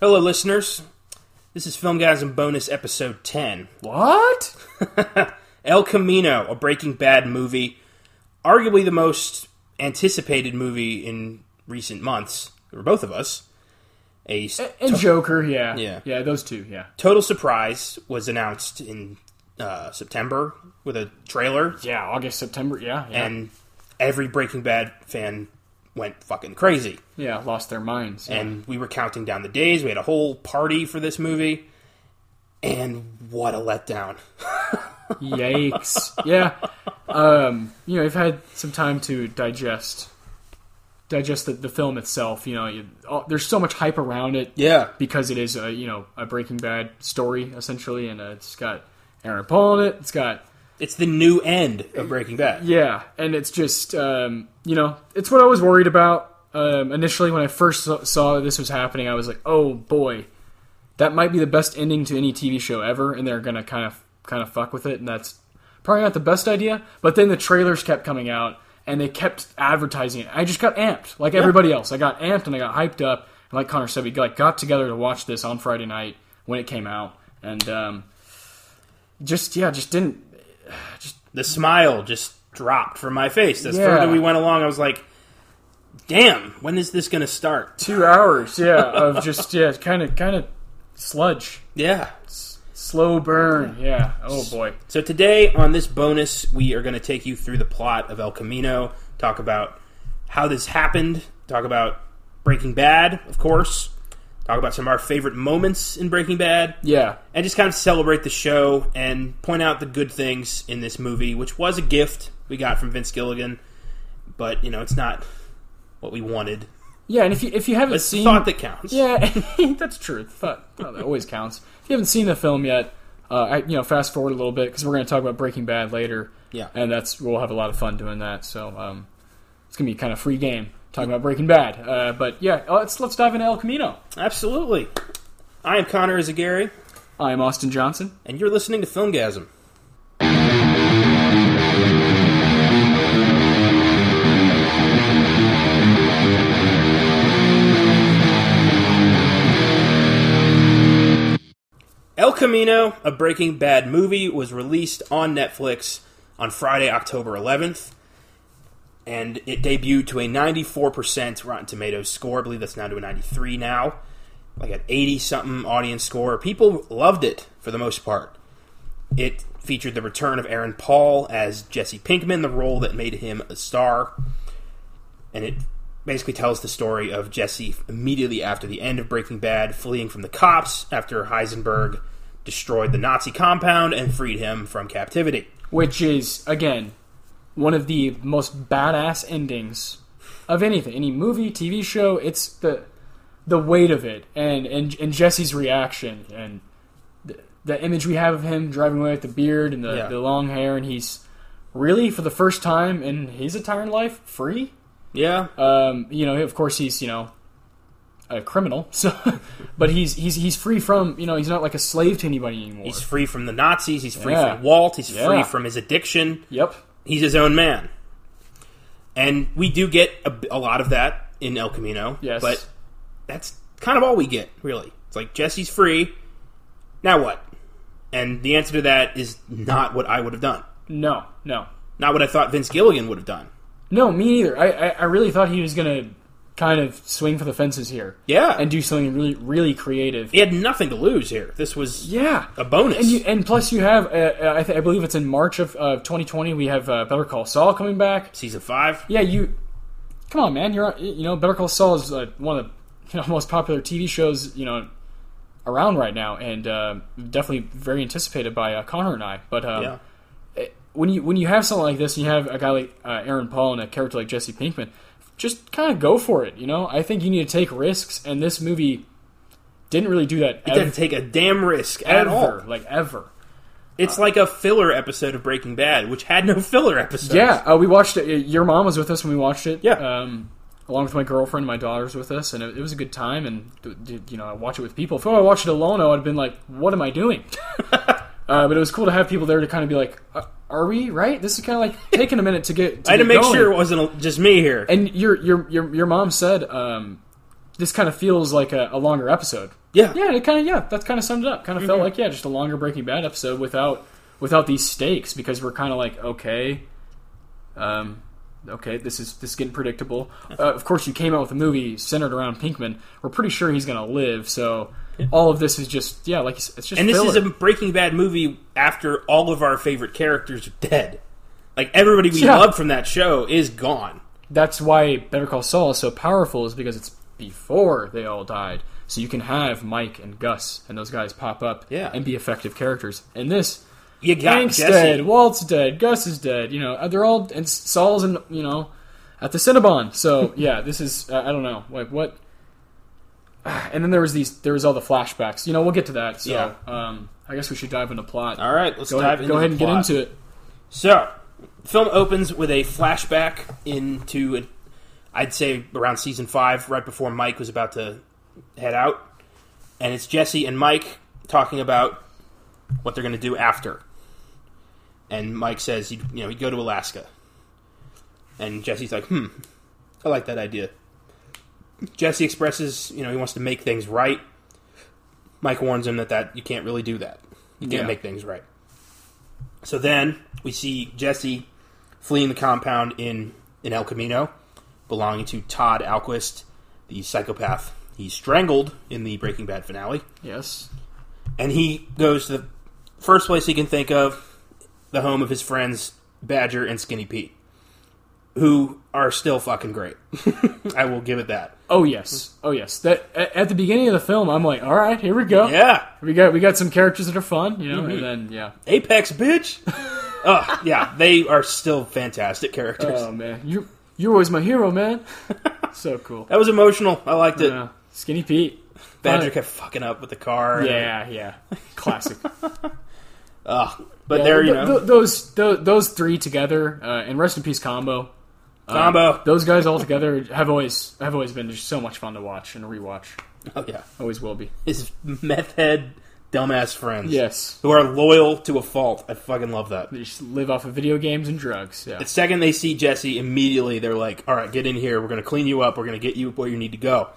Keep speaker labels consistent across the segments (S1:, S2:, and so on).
S1: Hello, listeners. This is Film Guys and Bonus Episode 10
S2: What?
S1: El Camino, a Breaking Bad movie, arguably the most anticipated movie in recent months for both of us. A s-
S2: And Joker, yeah.
S1: Yeah.
S2: Yeah, those two, yeah.
S1: total surprise was announced in uh, September with a trailer,
S2: Yeah, August, September, yeah. Yeah,
S1: and every Breaking Bad fan went fucking crazy.
S2: yeah lost their minds.
S1: and we were counting down the days. We had a whole party for this movie, and what a letdown!
S2: Yikes. yeah. Um, you know, I've had some time to digest digest the, the film itself, you know, you, all, there's so much hype around it
S1: Yeah,
S2: because it is a, you know, a Breaking Bad story essentially and uh, it's got Aaron Paul in it. It's got
S1: it's the new end of Breaking Bad.
S2: Yeah, and it's just um, you know, it's what I was worried about um, initially when I first saw- saw that this was happening. I was like, oh boy, that might be the best ending to any TV show ever, and they're gonna kind of kind of fuck with it, and that's probably not the best idea. But then the trailers kept coming out, and they kept advertising it. I just got amped, like everybody else. I got amped and I got hyped up, and like Connor said, we like got together to watch this on Friday night when it came out, and um, just yeah, just didn't
S1: The smile just dropped from my face. As
S2: Yeah.
S1: further we went along, I was like, "Damn, when is this going to start?"
S2: two hours yeah of just yeah kind of kind of sludge
S1: Yeah.
S2: slow burn yeah oh boy
S1: So today on this bonus, we are going to take you through the plot of El Camino, talk about how this happened, talk about Breaking Bad, of course, talk about some of our favorite moments in Breaking Bad.
S2: yeah
S1: and just kind of celebrate the show and point out the good things in this movie, which was a gift we got from Vince Gilligan, but you know it's not what we wanted.
S2: yeah and if you if you haven't
S1: It's the
S2: seen
S1: thought that counts.
S2: yeah that's true thought, thought that always counts if you haven't seen the film yet uh, I, you know fast forward a little bit because we're going to talk about breaking bad later
S1: Yeah.
S2: and that's we'll have a lot of fun doing that so um, it's going to be kind of free game talking about breaking bad uh, but yeah let's let's dive into el camino
S1: absolutely. I am Connor Izagari,
S2: i'm austin johnson
S1: and you're listening to Filmgasm. El Camino, a Breaking Bad movie, was released on Netflix on Friday, October 11th, and it debuted to a 94% Rotten Tomatoes score. I believe that's down to a 93 now, like an 80 something audience score. People loved it for the most part. It featured the return of Aaron Paul as Jesse Pinkman, the role that made him a star, and it basically tells the story of Jesse immediately after the end of Breaking Bad, fleeing from the cops after Heisenberg destroyed the Nazi compound and freed him from captivity.
S2: which is again one of the most badass endings of anything, any movie, TV show. It's the the weight of it, and and, and Jesse's reaction, and the, the image we have of him driving away with the beard and the,
S1: Yeah.
S2: the long hair, and he's really for the first time in his entire life free.
S1: Yeah,
S2: Um, you know, of course, he's you know a criminal, so but he's he's he's free from you know he's not like a slave to anybody anymore.
S1: He's free from the Nazis. He's free
S2: Yeah.
S1: from Walt. He's free
S2: Yeah.
S1: from his addiction.
S2: yep.
S1: He's his own man. And we do get a, a lot of that in El Camino.
S2: Yes.
S1: But that's kind of all we get, really. It's like Jesse's free. Now what? And the answer to that is not what I would have done.
S2: No. No.
S1: Not what I thought Vince Gilligan would have done.
S2: No, me either. I, I, I really thought he was gonna kind of swing for the fences here.
S1: Yeah.
S2: And do something really really creative.
S1: he had nothing to lose here. This was
S2: Yeah.
S1: a bonus.
S2: And you and plus you have uh, uh, I, th- I believe it's in March of uh, 2020 we have uh, Better Call Saul coming back.
S1: Season 5.
S2: Yeah, you. Come on, man. You're uh, you know Better Call Saul is uh, one of the you know, most popular TV shows you know around right now, and uh, definitely very anticipated by uh, Connor and I. But um,
S1: Yeah.
S2: when you when you have something like this and you have a guy like uh, Aaron Paul and a character like Jesse Pinkman, just kind of go for it. You know, I think you need to take risks, and this movie didn't really do that ever,
S1: Didn't take a damn risk at
S2: ever
S1: all.
S2: like ever.
S1: It's like a filler episode of Breaking Bad, which had no filler episodes.
S2: Yeah, uh, we watched it. Your mom was with us when we watched it.
S1: Yeah.
S2: Um, along with my girlfriend, my daughters with us, and it, it was a good time. And d- d- you know, I watch it with people. If I watched it alone, I would have been like, "What am I doing?" uh, but it was cool to have people there to kind of be like, "Uh, "Are we right?" This is kind of like taking a minute to get. To
S1: I had to
S2: get
S1: make
S2: going.
S1: sure it wasn't a- just me here.
S2: And your your your your mom said, um, this kind of feels like a, a longer episode.
S1: Yeah.
S2: Yeah, it kind of yeah, that kind of summed it up. Kind of
S1: Mm-hmm.
S2: felt like yeah, just a longer Breaking Bad episode without without these stakes because we're kind of like okay, um, okay, this is this is getting predictable. Uh, of course, you came out with a movie centered around Pinkman. We're pretty sure he's gonna live, so all of this is just yeah, like you s- it's just
S1: And this
S2: filler.
S1: is a Breaking Bad movie after all of our favorite characters are dead. Like everybody we
S2: Yeah.
S1: loved from that show is gone.
S2: that's why Better Call Saul is so powerful is because it's before they all died. So you can have Mike and Gus and those guys pop up
S1: Yeah.
S2: and be effective characters. And this
S1: You got
S2: Hank's
S1: Jesse.
S2: dead, Walt's dead, Gus is dead. You know, uh, they're all and Saul's and you know at the Cinnabon. So yeah, this is uh, I don't know like what. And then there was these there was all the flashbacks. You know, we'll get to that. So
S1: Yeah.
S2: um, I guess we should dive into plot.
S1: All right, let's
S2: go
S1: dive
S2: ahead,
S1: into
S2: go ahead
S1: the
S2: and
S1: plot.
S2: get into it.
S1: So, film opens with a flashback into, an, I'd say, around season five, right before Mike was about to head out, and it's Jesse and Mike talking about what they're going to do after. And Mike says, he'd, you know, he'd go to Alaska, and Jesse's like, hmm, I like that idea. Jesse expresses, you know, he wants to make things right. Mike warns him that that you can't really do that. You can't
S2: Yeah.
S1: make things right. So then we see Jesse fleeing the compound in, in El Camino, belonging to Todd Alquist, the psychopath he strangled in the Breaking Bad finale.
S2: Yes.
S1: And he goes to the first place he can think of, the home of his friends Badger and Skinny Pete, who are still fucking great. I will give it that.
S2: Oh yes. Oh yes. That a- at the beginning of the film, I'm like, all right, here we go.
S1: Yeah.
S2: We got we got some characters that are fun, you know, and then yeah.
S1: Apex, bitch! Ugh, yeah, they are still fantastic characters.
S2: Oh man, you you're always my hero, man. so cool.
S1: that was emotional. I liked it.
S2: Yeah. Skinny Pete.
S1: Badger kept fucking up with the car. and-
S2: Yeah, yeah. Classic.
S1: Ugh. But
S2: Yeah,
S1: there, you
S2: th-
S1: know.
S2: th- those, those those three together, uh, and rest in peace combo. Uh,
S1: Combo.
S2: Those guys all together have always have always been just so much fun to watch and rewatch.
S1: Oh, yeah.
S2: Always will be.
S1: His meth head dumbass friends.
S2: Yes.
S1: Who are loyal to a fault. I fucking love that.
S2: They just live off of video games and drugs. Yeah.
S1: The second they see Jesse, immediately they're like, all right, get in here. We're going to clean you up. We're going to get you where you need to go.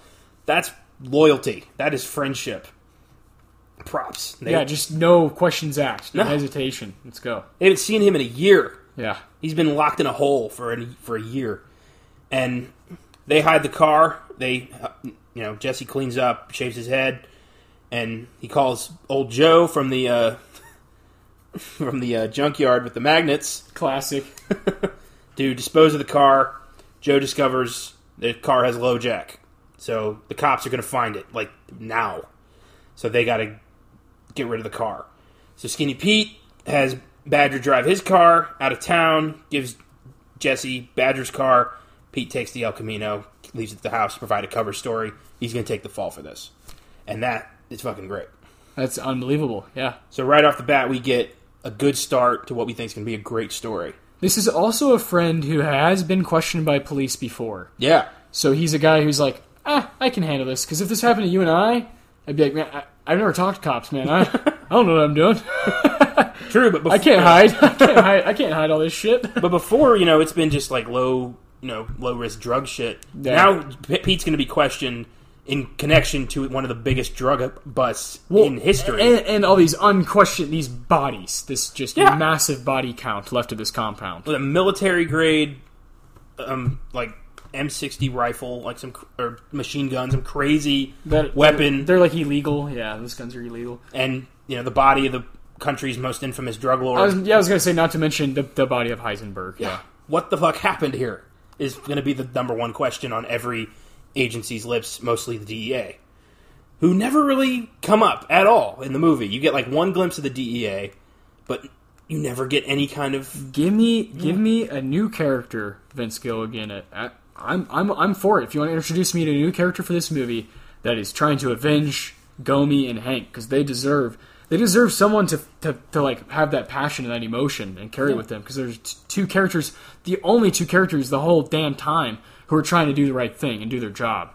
S1: That's loyalty. That is friendship. Props. They,
S2: yeah, just no questions asked, no
S1: No.
S2: hesitation. Let's go.
S1: they haven't seen him in a year.
S2: Yeah.
S1: He's been locked in a hole for an, for a year, and they hide the car. They, uh, you know, Jesse cleans up, shaves his head, and he calls old Joe from the uh, from the uh, junkyard with the magnets
S2: Classic.
S1: to dispose of the car. Joe discovers the car has low jack, so the cops are going to find it like now. So they got to get rid of the car. So Skinny Pete has Badger drive his car out of town, gives Jesse Badger's car. Pete takes the El Camino, leaves it at the house to provide a cover story. He's going to take the fall for this, and that is fucking great.
S2: That's unbelievable. Yeah.
S1: So right off the bat, we get a good start to what we think is going to be a great story.
S2: This is also a friend who has been questioned by police before.
S1: Yeah,
S2: So he's a guy who's like, ah, I can handle this. Because if this happened to you and I, I'd be like, man, I, I've never talked to cops, man. I, I don't know what I'm doing.
S1: true, but before,
S2: I can't hide. I can't hide. I can't hide all this shit.
S1: But before, you know, it's been just like low, you know, low risk drug shit.
S2: Yeah.
S1: Now P- Pete's going to be questioned in connection to one of the biggest drug busts in history.
S2: and, and all these unquestioned these bodies, this just
S1: Yeah.
S2: massive body count left of this compound.
S1: with a military grade, um, like M60 rifle, like some cr- or machine gun, some crazy
S2: That
S1: weapon,
S2: They're, like illegal. Yeah, those guns are illegal.
S1: and you know the body of the country's most infamous drug lord.
S2: I was, yeah, I was gonna say not to mention the, the body of Heisenberg. Yeah.
S1: what the fuck happened here is going to be the number one question on every agency's lips, mostly the DEA, who never really come up at all in the movie. You get like one glimpse of the DEA, but you never get any kind of
S2: Give me give me a new character, Vince Gilligan. I- I- I'm I'm I'm for it. If you want to introduce me to a new character for this movie that is trying to avenge Gomi and Hank because they deserve they deserve someone to, to to like have that passion and that emotion and carry with them because there's t- two characters, the only two characters the whole damn time who are trying to do the right thing and do their job.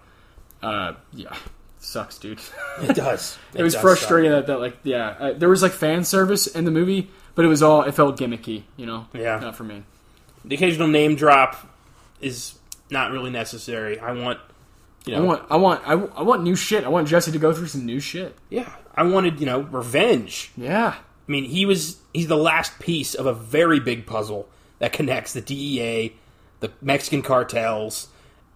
S2: Uh, yeah, sucks, dude.
S1: it does.
S2: it was
S1: does
S2: frustrating that, that like yeah uh, there was like fan service in the movie but it was all it felt gimmicky you know
S1: Yeah.
S2: not for me
S1: suck. The occasional name drop is not really necessary. I want You
S2: I
S1: know,
S2: want, I want, I, w- I want new shit. I want Jesse to go through some new shit.
S1: yeah, I wanted you know revenge.
S2: Yeah,
S1: I mean, he was he's the last piece of a very big puzzle that connects the DEA, the Mexican cartels,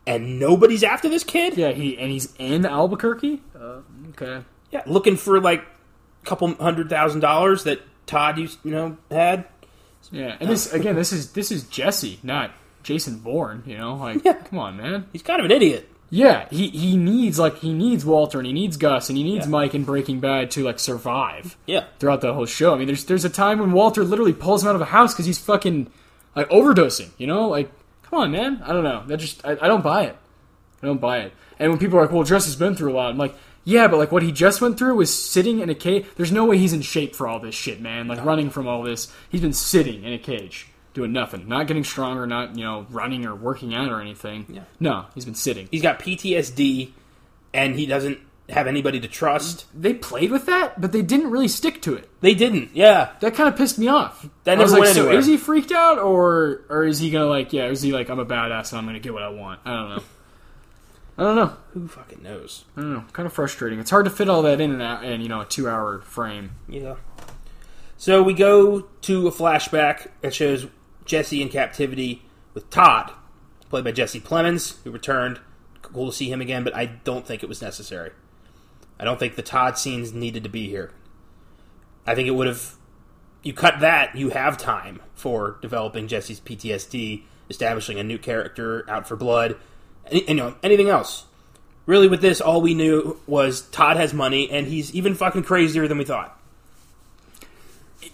S1: and nobody's after this kid.
S2: yeah. He and he's in Albuquerque. Uh, okay.
S1: Yeah, looking for like a couple hundred thousand dollars that Todd used, you know had.
S2: Yeah, and this again, this is this is Jesse, not Jason Bourne. You know, like
S1: Yeah.
S2: come on, man.
S1: He's kind of an idiot.
S2: Yeah, he he needs like he needs Walter and he needs Gus and he needs
S1: Yeah.
S2: Mike and Breaking Bad to like survive
S1: Yeah,
S2: throughout the whole show. I mean, there's there's a time when Walter literally pulls him out of the house because he's fucking like overdosing. You know, like come on, man. I don't know. That just I, I don't buy it. I don't buy it. And when people are like, well, Jesse's been through a lot. I'm like, yeah, but like what he just went through was sitting in a cage. There's no way he's in shape for all this shit, man. Like running from all this, he's been sitting in a cage. Doing nothing, not getting stronger, not you know running or working out or anything.
S1: Yeah.
S2: No, he's been sitting.
S1: he's got PTSD, and he doesn't have anybody to trust.
S2: they played with that, but they didn't really stick to it.
S1: They didn't. Yeah,
S2: That kind of pissed me off.
S1: That
S2: I
S1: never
S2: was like,
S1: went
S2: so
S1: anywhere.
S2: is he freaked out, or or is he gonna like, yeah, is he like, I'm a badass and I'm gonna get what I want? I don't know. I don't know.
S1: who fucking knows?
S2: I don't know. Kind of frustrating. It's hard to fit all that in and out in you know a two hour frame.
S1: Yeah. So we go to a flashback that shows Jesse in captivity with Todd, played by Jesse Plemons, who returned. Cool to see him again, but I don't think it was necessary. I don't think the Todd scenes needed to be here. I think it would have. You cut that, you have time for developing Jesse's PTSD, establishing a new character, out for blood, any, you know, anything else. Really, with this, all we knew was Todd has money, and he's even fucking crazier than we thought.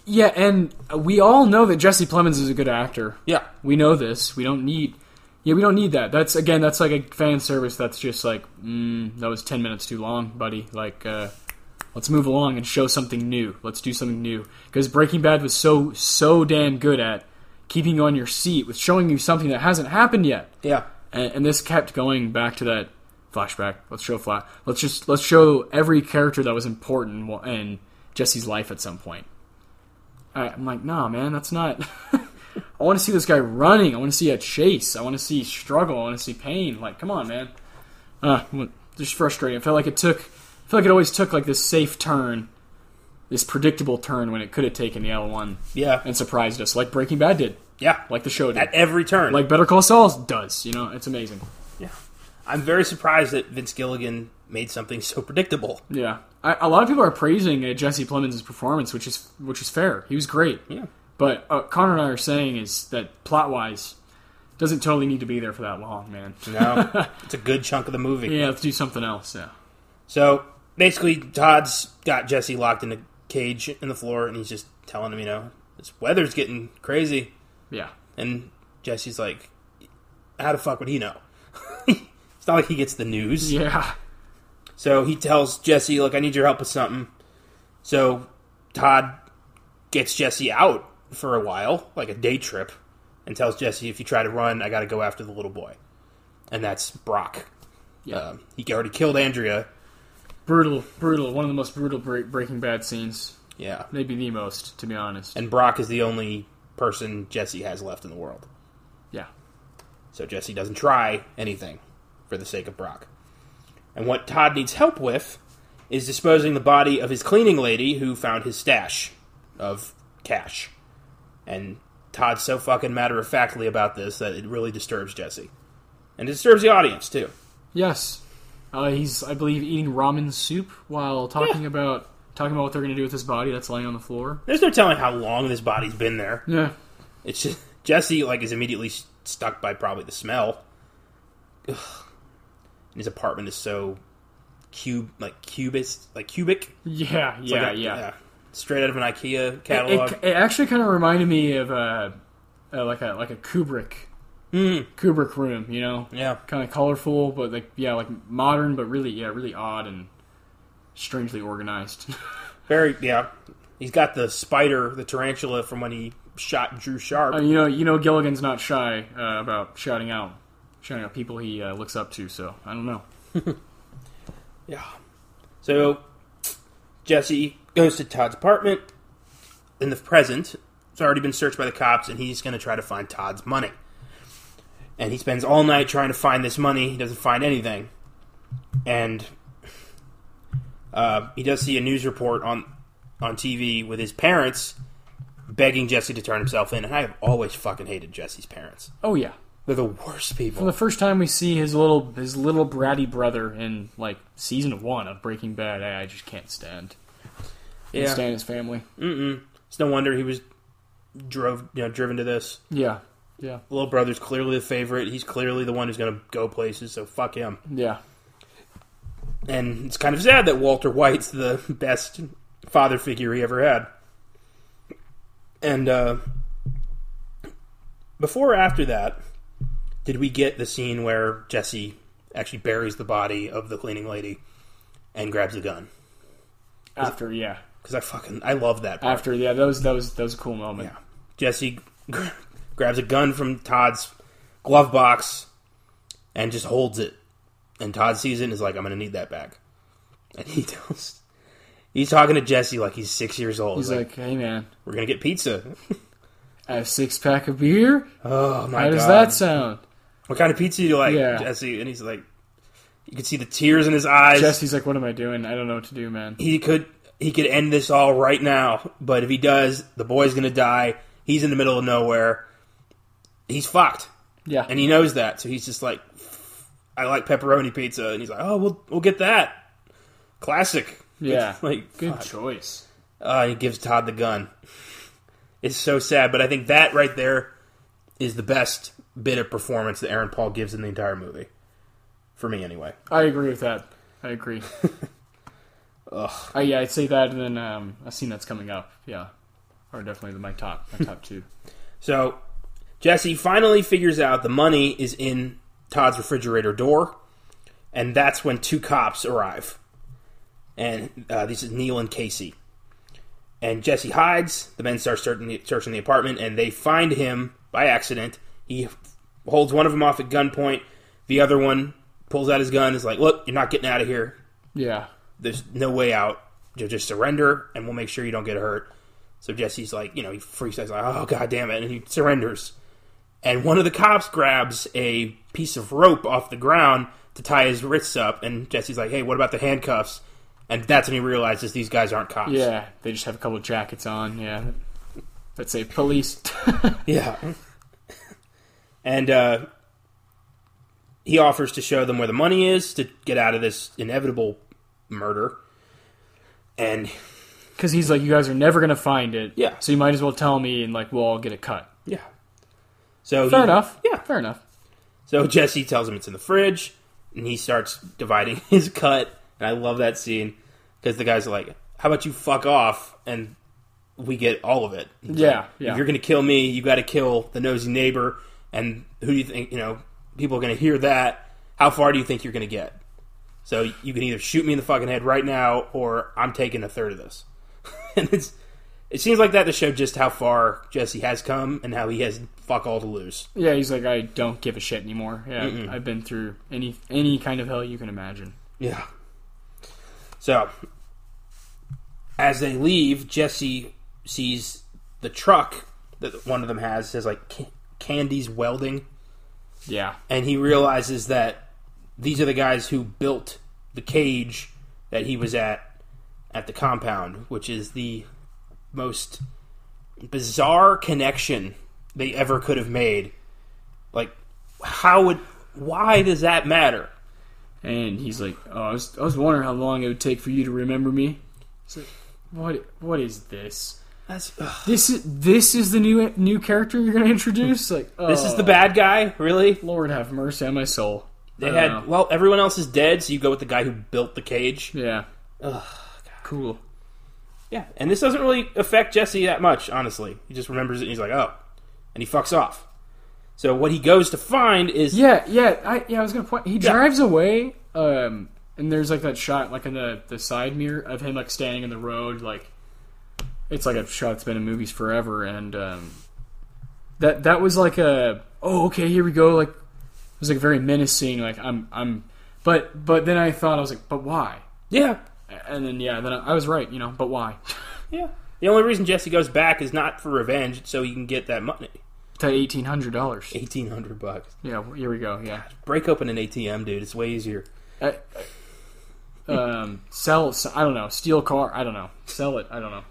S2: Yeah, and we all know that Jesse Plemons is a good actor.
S1: Yeah,
S2: We know this. We don't need. Yeah, we don't need that. That's again. That's like a fan service. That's just like mm, that was ten minutes too long, buddy. Like, uh, let's move along and show something new. Let's do something new because Breaking Bad was so so damn good at keeping you on your seat with showing you something that hasn't happened yet.
S1: yeah,
S2: And, and this kept going back to that flashback. Let's show flat. Let's just let's show every character that was important in wa- in Jesse's life at some point. I, I'm like, nah, man, that's not. I want to see this guy running. I want to see a chase. I want to see struggle. I want to see pain. Like, come on, man. Uh, w- just frustrating. I felt like it took. I feel like it always took like this safe turn, this predictable turn when it could have taken the L one
S1: yeah,
S2: and surprised us, like Breaking Bad did,
S1: yeah.
S2: like the show did,
S1: At every turn,
S2: like Better Call Saul does. You know, it's amazing.
S1: yeah. I'm very surprised that Vince Gilligan made something so predictable.
S2: Yeah, I, a lot of people are praising uh, Jesse Plemons' performance, which is which is fair. He was great,
S1: Yeah,
S2: but uh, Connor and I are saying is that plot wise, doesn't totally need to be there for that long, man.
S1: no, it's a good chunk of the movie.
S2: Yeah, let's do something else. Yeah,
S1: So basically, Todd's got Jesse locked in a cage in the floor, and he's just telling him, you know, this weather's getting crazy,
S2: yeah,
S1: and Jesse's like, how the fuck would he know? it's not like he gets the news.
S2: yeah.
S1: So he tells Jesse, "Look, I need your help with something." So Todd gets Jesse out for a while, like a day trip, and tells Jesse, "If you try to run, I got to go after the little boy," and that's Brock.
S2: Yeah.
S1: Um, he already killed Andrea.
S2: Brutal, brutal. One of the most brutal break, Breaking Bad scenes,
S1: Yeah,
S2: maybe the most, to be honest.
S1: and Brock is the only person Jesse has left in the world.
S2: yeah,
S1: So Jesse doesn't try anything for the sake of Brock. And what Todd needs help with is disposing the body of his cleaning lady who found his stash of cash. And Todd's so fucking matter of factly about this that it really disturbs Jesse. And it disturbs the audience, too.
S2: yes. Uh, he's, I believe, eating ramen soup while talking about talking about what they're gonna do with his body that's laying on the floor.
S1: There's no telling how long this body's been there.
S2: Yeah,
S1: It's just, Jesse like is immediately s- stuck by probably the smell. Ugh. And his apartment is so cube like cubist like cubic.
S2: yeah, yeah,
S1: Like a-
S2: yeah.
S1: Straight out of an IKEA catalog.
S2: It, it actually kind of reminded me of uh, uh, like a like a Kubrick
S1: Mm,
S2: Kubrick room, you know,
S1: yeah.
S2: kind of colorful, but like yeah, like modern, but really yeah, really odd and strangely organized.
S1: Very yeah. He's got the spider, the tarantula from when he shot Drew Sharp.
S2: Uh, you know, you know, Gilligan's not shy uh, about shouting out, shouting out people he uh, looks up to. So I don't know.
S1: yeah. So Jesse goes to Todd's apartment in the present. It's already been searched by the cops and he's gonna try to find Todd's money. And he spends all night trying to find this money. He doesn't find anything. and uh, he does see a news report on on TV with his parents begging Jesse to turn himself in, and I have always fucking hated Jesse's parents.
S2: Oh yeah.
S1: They're the worst people.
S2: From the first time we see his little his little bratty brother in like season one of Breaking Bad, I, I just can't stand. Can't
S1: yeah,
S2: stand his family.
S1: it's no wonder he was drove you know driven to this.
S2: Yeah. Yeah.
S1: Little brother's clearly the favorite. He's clearly the one who's going to go places. So fuck him.
S2: Yeah.
S1: And it's kind of sad that Walter White's the best father figure he ever had. And uh, before or after that, did we get the scene where Jesse actually buries the body of the cleaning lady and grabs a gun?
S2: After yeah.
S1: Because I fucking I love that. Part.
S2: After yeah, that was that was that was a cool moment.
S1: Yeah. Jesse gra- grabs a gun from Todd's glove box and just holds it. And Todd sees it and is like, I'm going to need that back. And he tells. He's talking to Jesse like he's six years old.
S2: He's like, "Hey man,
S1: We're going to get pizza.
S2: I have six pack of beer.
S1: Oh, my
S2: How
S1: God.
S2: does that sound?"
S1: what kind of pizza do you like,
S2: Yeah.
S1: Jesse? And he's like, You can see the tears in his eyes.
S2: Jesse's like, "What am I doing? I don't know what to do, man."
S1: he could he could end this all right now, but if he does, the boy's gonna die. He's in the middle of nowhere. He's fucked.
S2: Yeah.
S1: and he knows that, so he's just like, "I like pepperoni pizza," and he's like, "Oh, we'll we'll get that." Classic.
S2: yeah.
S1: Like,
S2: Good
S1: fuck.
S2: choice.
S1: Uh, he gives Todd the gun. It's so sad, but I think that right there is the best bit of performance that Aaron Paul gives in the entire movie, for me anyway.
S2: I agree with that. I agree.
S1: Ugh.
S2: I, yeah, I'd say that, and then um, a scene that's coming up. Yeah, are definitely my top, my top two.
S1: So Jesse finally figures out the money is in Todd's refrigerator door, and that's when two cops arrive. And uh, this is Neil and Casey. And Jesse hides. The men start searching the, searching the apartment, and they find him by accident. He holds one of them off at gunpoint. The other one pulls out his gun. Is like, "Look, you're not getting out of here.
S2: Yeah,
S1: There's no way out. Ju- Just surrender, and we'll make sure you don't get hurt." So Jesse's like, you know, he freaks out. He's like, "Oh god damn it!" And he surrenders. And one of the cops grabs a piece of rope off the ground to tie his wrists up. And Jesse's like, "Hey, what about the handcuffs?" And that's when he realizes these guys aren't cops.
S2: yeah. They just have a couple jackets on. Yeah, that say police.
S1: Yeah. And uh, he offers to show them where the money is to get out of this inevitable murder. And
S2: Because he's like, you guys are never gonna find it.
S1: Yeah.
S2: So you might as well tell me, and like, we'll all get a cut.
S1: yeah. So
S2: Fair
S1: he-
S2: enough.
S1: Yeah.
S2: Fair enough.
S1: So Jesse tells him it's in the fridge, and he starts dividing his cut. And I love that scene because the guys are like, "How about you fuck off?" And we get all of it. He's
S2: Yeah,
S1: like,
S2: yeah.
S1: If you're gonna kill me, you got to kill the nosy neighbor. And who do you think? You know, people are gonna hear that. How far do you think you're gonna get? So you can either shoot me in the fucking head right now, or I'm taking a third of this. and it's it seems like that to show just how far Jesse has come and how he has fuck all to lose.
S2: Yeah, he's like, I don't give a shit anymore. Yeah, I've been through any any kind of hell you can imagine.
S1: Yeah. So, as they leave, Jesse sees the truck that one of them has says like Ca- Candy's Welding,
S2: Yeah.
S1: and he realizes that these are the guys who built the cage that he was at at the compound, which is the most bizarre connection they ever could have made. Like, how would? Why does that matter?
S2: And he's like, oh, I was, I was wondering how long it would take for you to remember me. It's like, what what is this?
S1: That's.
S2: This is this is the new new character you're gonna introduce? Like,
S1: This is the
S2: oh,
S1: bad guy, really?
S2: Lord have mercy on my soul.
S1: They
S2: I
S1: had
S2: don't know.
S1: well, everyone else is dead, so you go with the guy who built the cage.
S2: yeah. Cool.
S1: Yeah, and this doesn't really affect Jesse that much, honestly. He just remembers it, and he's like, "Oh," and he fucks off. So what he goes to find is
S2: Yeah, yeah, I yeah, I was gonna point. He drives away, um, and there's like that shot, like in the the side mirror of him like standing in the road, like it's like a shot that's been in movies forever, and um, that that was like a oh okay here we go like it was like very menacing like I'm I'm but but then I thought I was like but why
S1: yeah,
S2: and then yeah then I, I was right you know but why
S1: yeah. The only reason Jesse goes back is not for revenge, it's so he can get that money,
S2: that eighteen hundred dollars
S1: eighteen hundred bucks.
S2: yeah here we go yeah
S1: Break open an ATM, dude. It's way easier.
S2: I, um, sell. I don't know. Steal car. I don't know. Sell it. I don't know.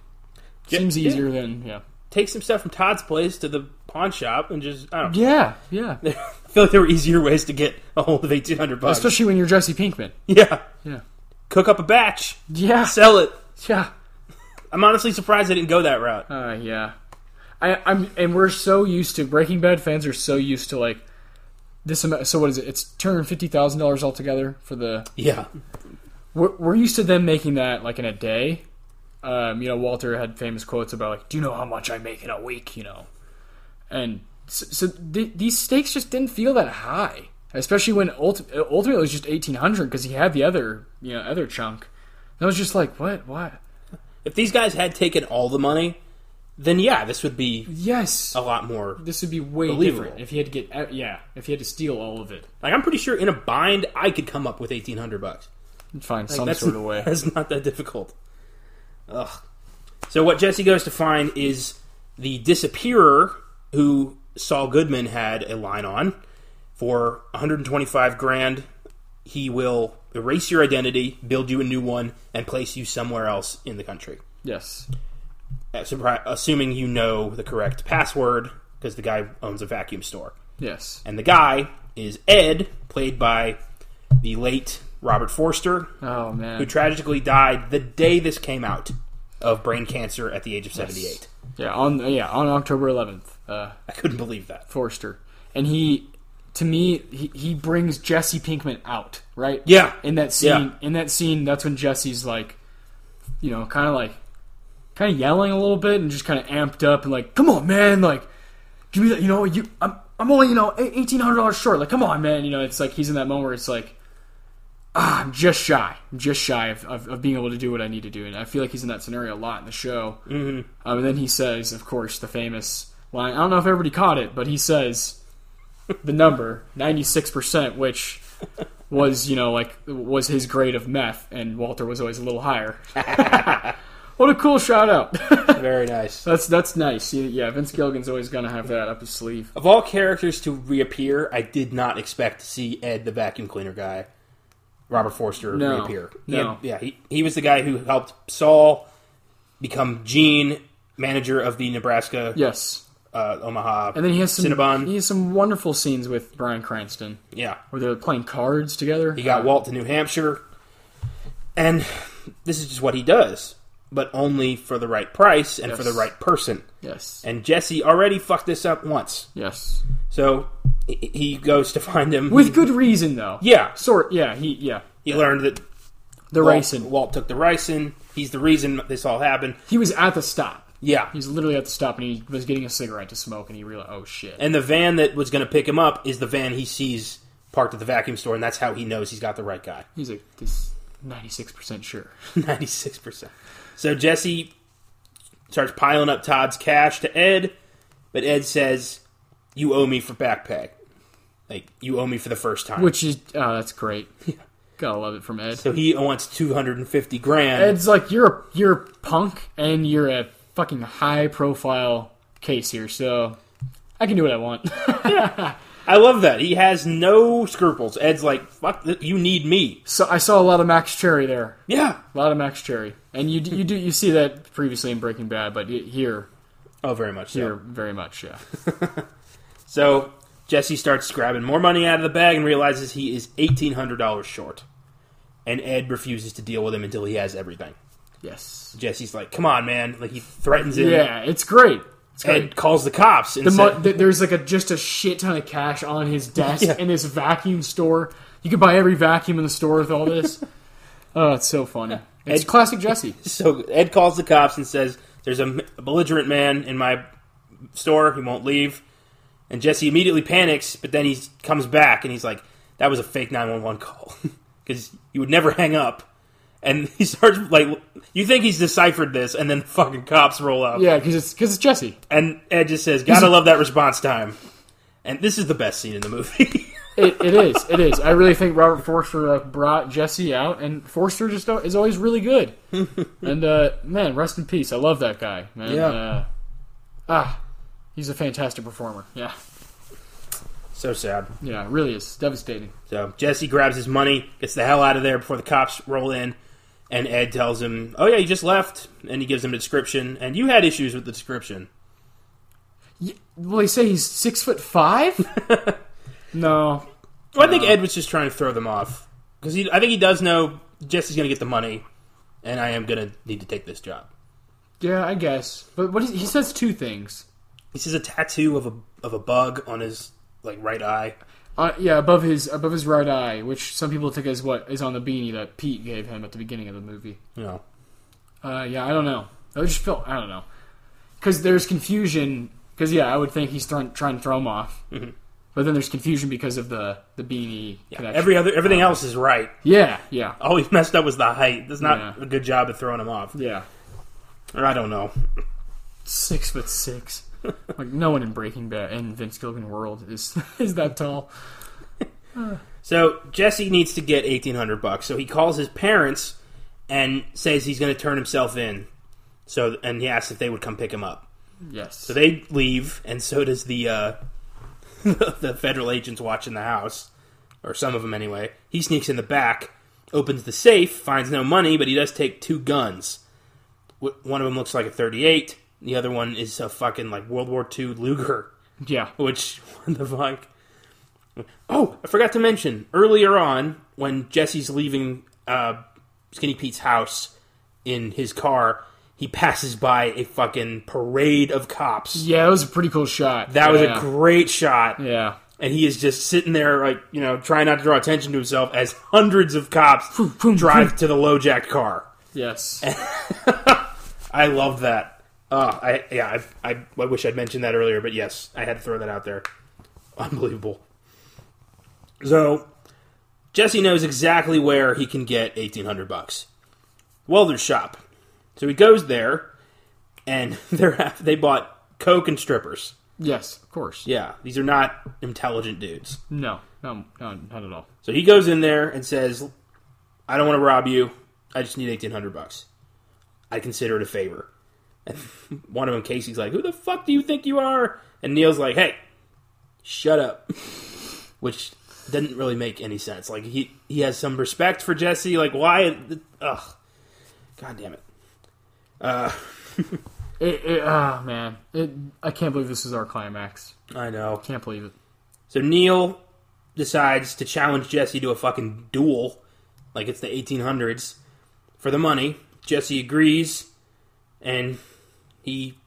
S1: Yeah,
S2: Seems
S1: yeah.
S2: easier than yeah.
S1: Take some stuff from Todd's place to the pawn shop and just I don't.
S2: Yeah, yeah.
S1: I feel like there were easier ways to get a hold of eighteen hundred bucks.
S2: Especially when you're Jesse Pinkman.
S1: yeah,
S2: Yeah.
S1: cook up a batch,
S2: Yeah.
S1: sell it.
S2: Yeah.
S1: I'm honestly surprised I didn't go that route.
S2: Uh, yeah. I, I'm and we're so used to Breaking Bad fans are so used to like this amount. So what is it? It's two hundred fifty thousand dollars altogether for the.
S1: Yeah,
S2: We're, we're used to them making that like in a day. Um, you know, Walter had famous quotes about like, "Do you know how much I make in a week?" You know, and so, so th- these stakes just didn't feel that high, especially when ulti- ultimately it was just eighteen hundred because he had the other you know other chunk. And I was just like, "What? What?"
S1: if these guys had taken all the money, then yeah, this would be
S2: Yes,
S1: a lot more.
S2: this would be way
S1: Believable.
S2: different if he had to get e, yeah if he had to steal all of it.
S1: Like I'm pretty sure in a bind I could come up with eighteen hundred bucks.
S2: Find some
S1: That's-
S2: sort of way.
S1: That's not that difficult. Ugh. So what Jesse goes to find is the disappearer who Saul Goodman had a line on for 125 grand. He will erase your identity, build you a new one, and place you somewhere else in the country.
S2: Yes,
S1: Uh, surpri- Assuming you know the correct password, because the guy owns a vacuum store.
S2: yes,
S1: And the guy is Ed, played by the late Robert Forster,
S2: Oh
S1: who
S2: man.
S1: tragically died the day this came out of brain cancer at the age of 78.
S2: Yeah, on yeah, on October 11th, uh
S1: I couldn't believe that.
S2: Forster. And he to me he, he brings Jesse Pinkman out, right?
S1: Yeah.
S2: In that scene,
S1: Yeah.
S2: in that scene that's when Jesse's like you know, kind of like kind of yelling a little bit and just kind of amped up and like, "Come on, man, like give me that, you know, you I'm I'm only, you know, $1800 short. Like, come on, man, you know, it's like he's in that moment where it's like ah, I'm just shy. I'm just shy of, of, of being able to do what I need to do. And I feel like he's in that scenario a lot in the show. Mm-hmm. Um, and then he says, of course, the famous line. I don't know if everybody caught it, but he says the number, 96%, which was, you know, like, was his grade of meth. And Walter was always a little higher. what a cool shout out.
S1: Very nice.
S2: that's, that's nice. Yeah, Vince Gilligan's always going to have that up his sleeve.
S1: Of all characters to reappear, I did not expect to see Ed the vacuum cleaner guy, Robert Forster,
S2: No.
S1: reappear.
S2: No.
S1: Yeah, yeah, he, he was the guy who helped Saul become Gene, manager of the Nebraska,
S2: Yes.
S1: uh, Omaha.
S2: And then he has some
S1: Cinnabon.
S2: he has some wonderful scenes with Brian Cranston
S1: yeah.
S2: where they're playing cards together.
S1: He got Walt to New Hampshire. And this is just what he does, but only for the right price and for the
S2: Yes.
S1: right person.
S2: Yes.
S1: And Jesse already fucked this up once.
S2: yes.
S1: So he- he goes to find him.
S2: With good reason though.
S1: yeah,
S2: Sort yeah, he yeah.
S1: he learned that
S2: The
S1: Walt,
S2: racing.
S1: Walt took the ricin. He's the reason this all happened.
S2: He was at the stop.
S1: Yeah,
S2: He was literally at the stop and he was getting a cigarette to smoke and he realized oh shit.
S1: and the van that was going to pick him up is the van he sees parked at the vacuum store, and that's how he knows he's got the right guy.
S2: He's like this ninety six percent sure.
S1: Ninety six percent. So Jesse starts piling up Todd's cash to Ed, but Ed says, "You owe me for backpack. Like you owe me for the first time."
S2: Which is oh that's great. Gotta love it from Ed.
S1: so he wants two hundred and fifty grand.
S2: Ed's like you're a you're a punk and you're a fucking high profile case here, so I can do what I want.
S1: I love that. He has no scruples. Ed's like, fuck, th- you need me.
S2: so I saw a lot of Max Cherry there.
S1: Yeah.
S2: A lot of Max Cherry, and you you do you see that previously in Breaking Bad, but y- here
S1: Oh, very much so.
S2: here very much, yeah.
S1: So Jesse starts grabbing more money out of the bag and realizes he is $1,800 short. And Ed refuses to deal with him until he has everything.
S2: Yes.
S1: Jesse's like, come on, man. Like, he threatens him.
S2: Yeah, it's great. It's great.
S1: Ed calls the cops and
S2: The
S1: said,
S2: mo- th- there's like a just a shit ton of cash on his desk
S1: Yeah.
S2: in this vacuum store. You could buy every vacuum in the store with all this. oh, it's so funny. It's
S1: Ed-
S2: classic Jesse.
S1: so Ed calls the cops and says, there's a, m- a belligerent man in my store. He won't leave. And Jesse immediately panics, but then he comes back and he's like, that was a fake 911 call. Because you would never hang up. And he starts, like, you think he's deciphered this, and then the fucking cops roll up.
S2: Yeah, because it's because it's Jesse.
S1: And Ed just says, Gotta love that response time. And this is the best scene in the movie.
S2: It, it is. It is. I really think Robert Forster like brought Jesse out, and Forster just al- is always really good. and uh, man, rest in peace. I love that guy. Man.
S1: Yeah.
S2: Uh, ah, he's a fantastic performer. Yeah.
S1: So sad.
S2: Yeah, it really is devastating.
S1: So Jesse grabs his money, gets the hell out of there before the cops roll in, and Ed tells him, "Oh yeah, you just left," and he gives him a description, and you had issues with the description.
S2: Y- Will he say he's six foot five? no.
S1: Well, I think Ed was just trying to throw them off because I think he does know Jesse's going to get the money, and I am going to need to take this job.
S2: Yeah, I guess. But what is, he says two things.
S1: He sees a tattoo of a of a bug on his like right eye.
S2: Uh, yeah, above his above his right eye, which some people think is what is on the beanie that Pete gave him at the beginning of the movie.
S1: You know,
S2: Uh, yeah, I don't know. I just feel I don't know because there's confusion. Because yeah, I would think he's throwing, trying to throw him off,
S1: Mm-hmm.
S2: but then there's confusion because of the the beanie connection.
S1: every other everything else is right.
S2: yeah, yeah,
S1: All he messed up was the height. That's not
S2: Yeah.
S1: a good job of throwing him off.
S2: yeah.
S1: Or I don't know.
S2: Six foot six. like no one in Breaking Bad and Vince Gilligan world is is that tall.
S1: So Jesse needs to get eighteen hundred bucks. So he calls his parents and says he's going to turn himself in. So and he asks if they would come pick him up.
S2: Yes.
S1: So they leave, and so does the uh, the federal agents watching the house, or some of them anyway. He sneaks in the back, opens the safe, finds no money, but he does take two guns. Wh- One of them looks like a thirty-eight. The other one is a fucking like World War II Luger,
S2: yeah.
S1: which what the fuck? Oh, I forgot to mention earlier on when Jesse's leaving uh, Skinny Pete's house in his car, he passes by a fucking parade of cops.
S2: Yeah, that was a pretty cool shot.
S1: That was
S2: Yeah.
S1: a great shot.
S2: yeah.
S1: And he is just sitting there, like, you know, trying not to draw attention to himself as hundreds of cops drive to the low jacked car.
S2: Yes.
S1: I love that. Uh, I yeah, I, I, I wish I'd mentioned that earlier, but yes, I had to throw that out there. Unbelievable. So Jesse knows exactly where he can get eighteen hundred bucks. Welder's shop. So he goes there, and they're they bought coke and strippers.
S2: yes. Of course.
S1: Yeah, these are not intelligent dudes.
S2: No. No. No. Not at all.
S1: So he goes in there and says, "I don't want to rob you. I just need eighteen hundred bucks. I consider it a favor." And one of them, Casey's like, "Who the fuck do you think you are?" And Neil's like, "Hey, shut up," which didn't really make any sense. Like he he has some respect for Jesse. Like why? Ugh, god damn it.
S2: It, it, ah, man. It, I can't believe this is our climax.
S1: I know.
S2: Can't believe it.
S1: So Neil decides to challenge Jesse to a fucking duel, like it's the 1800s, for the money. Jesse agrees, and he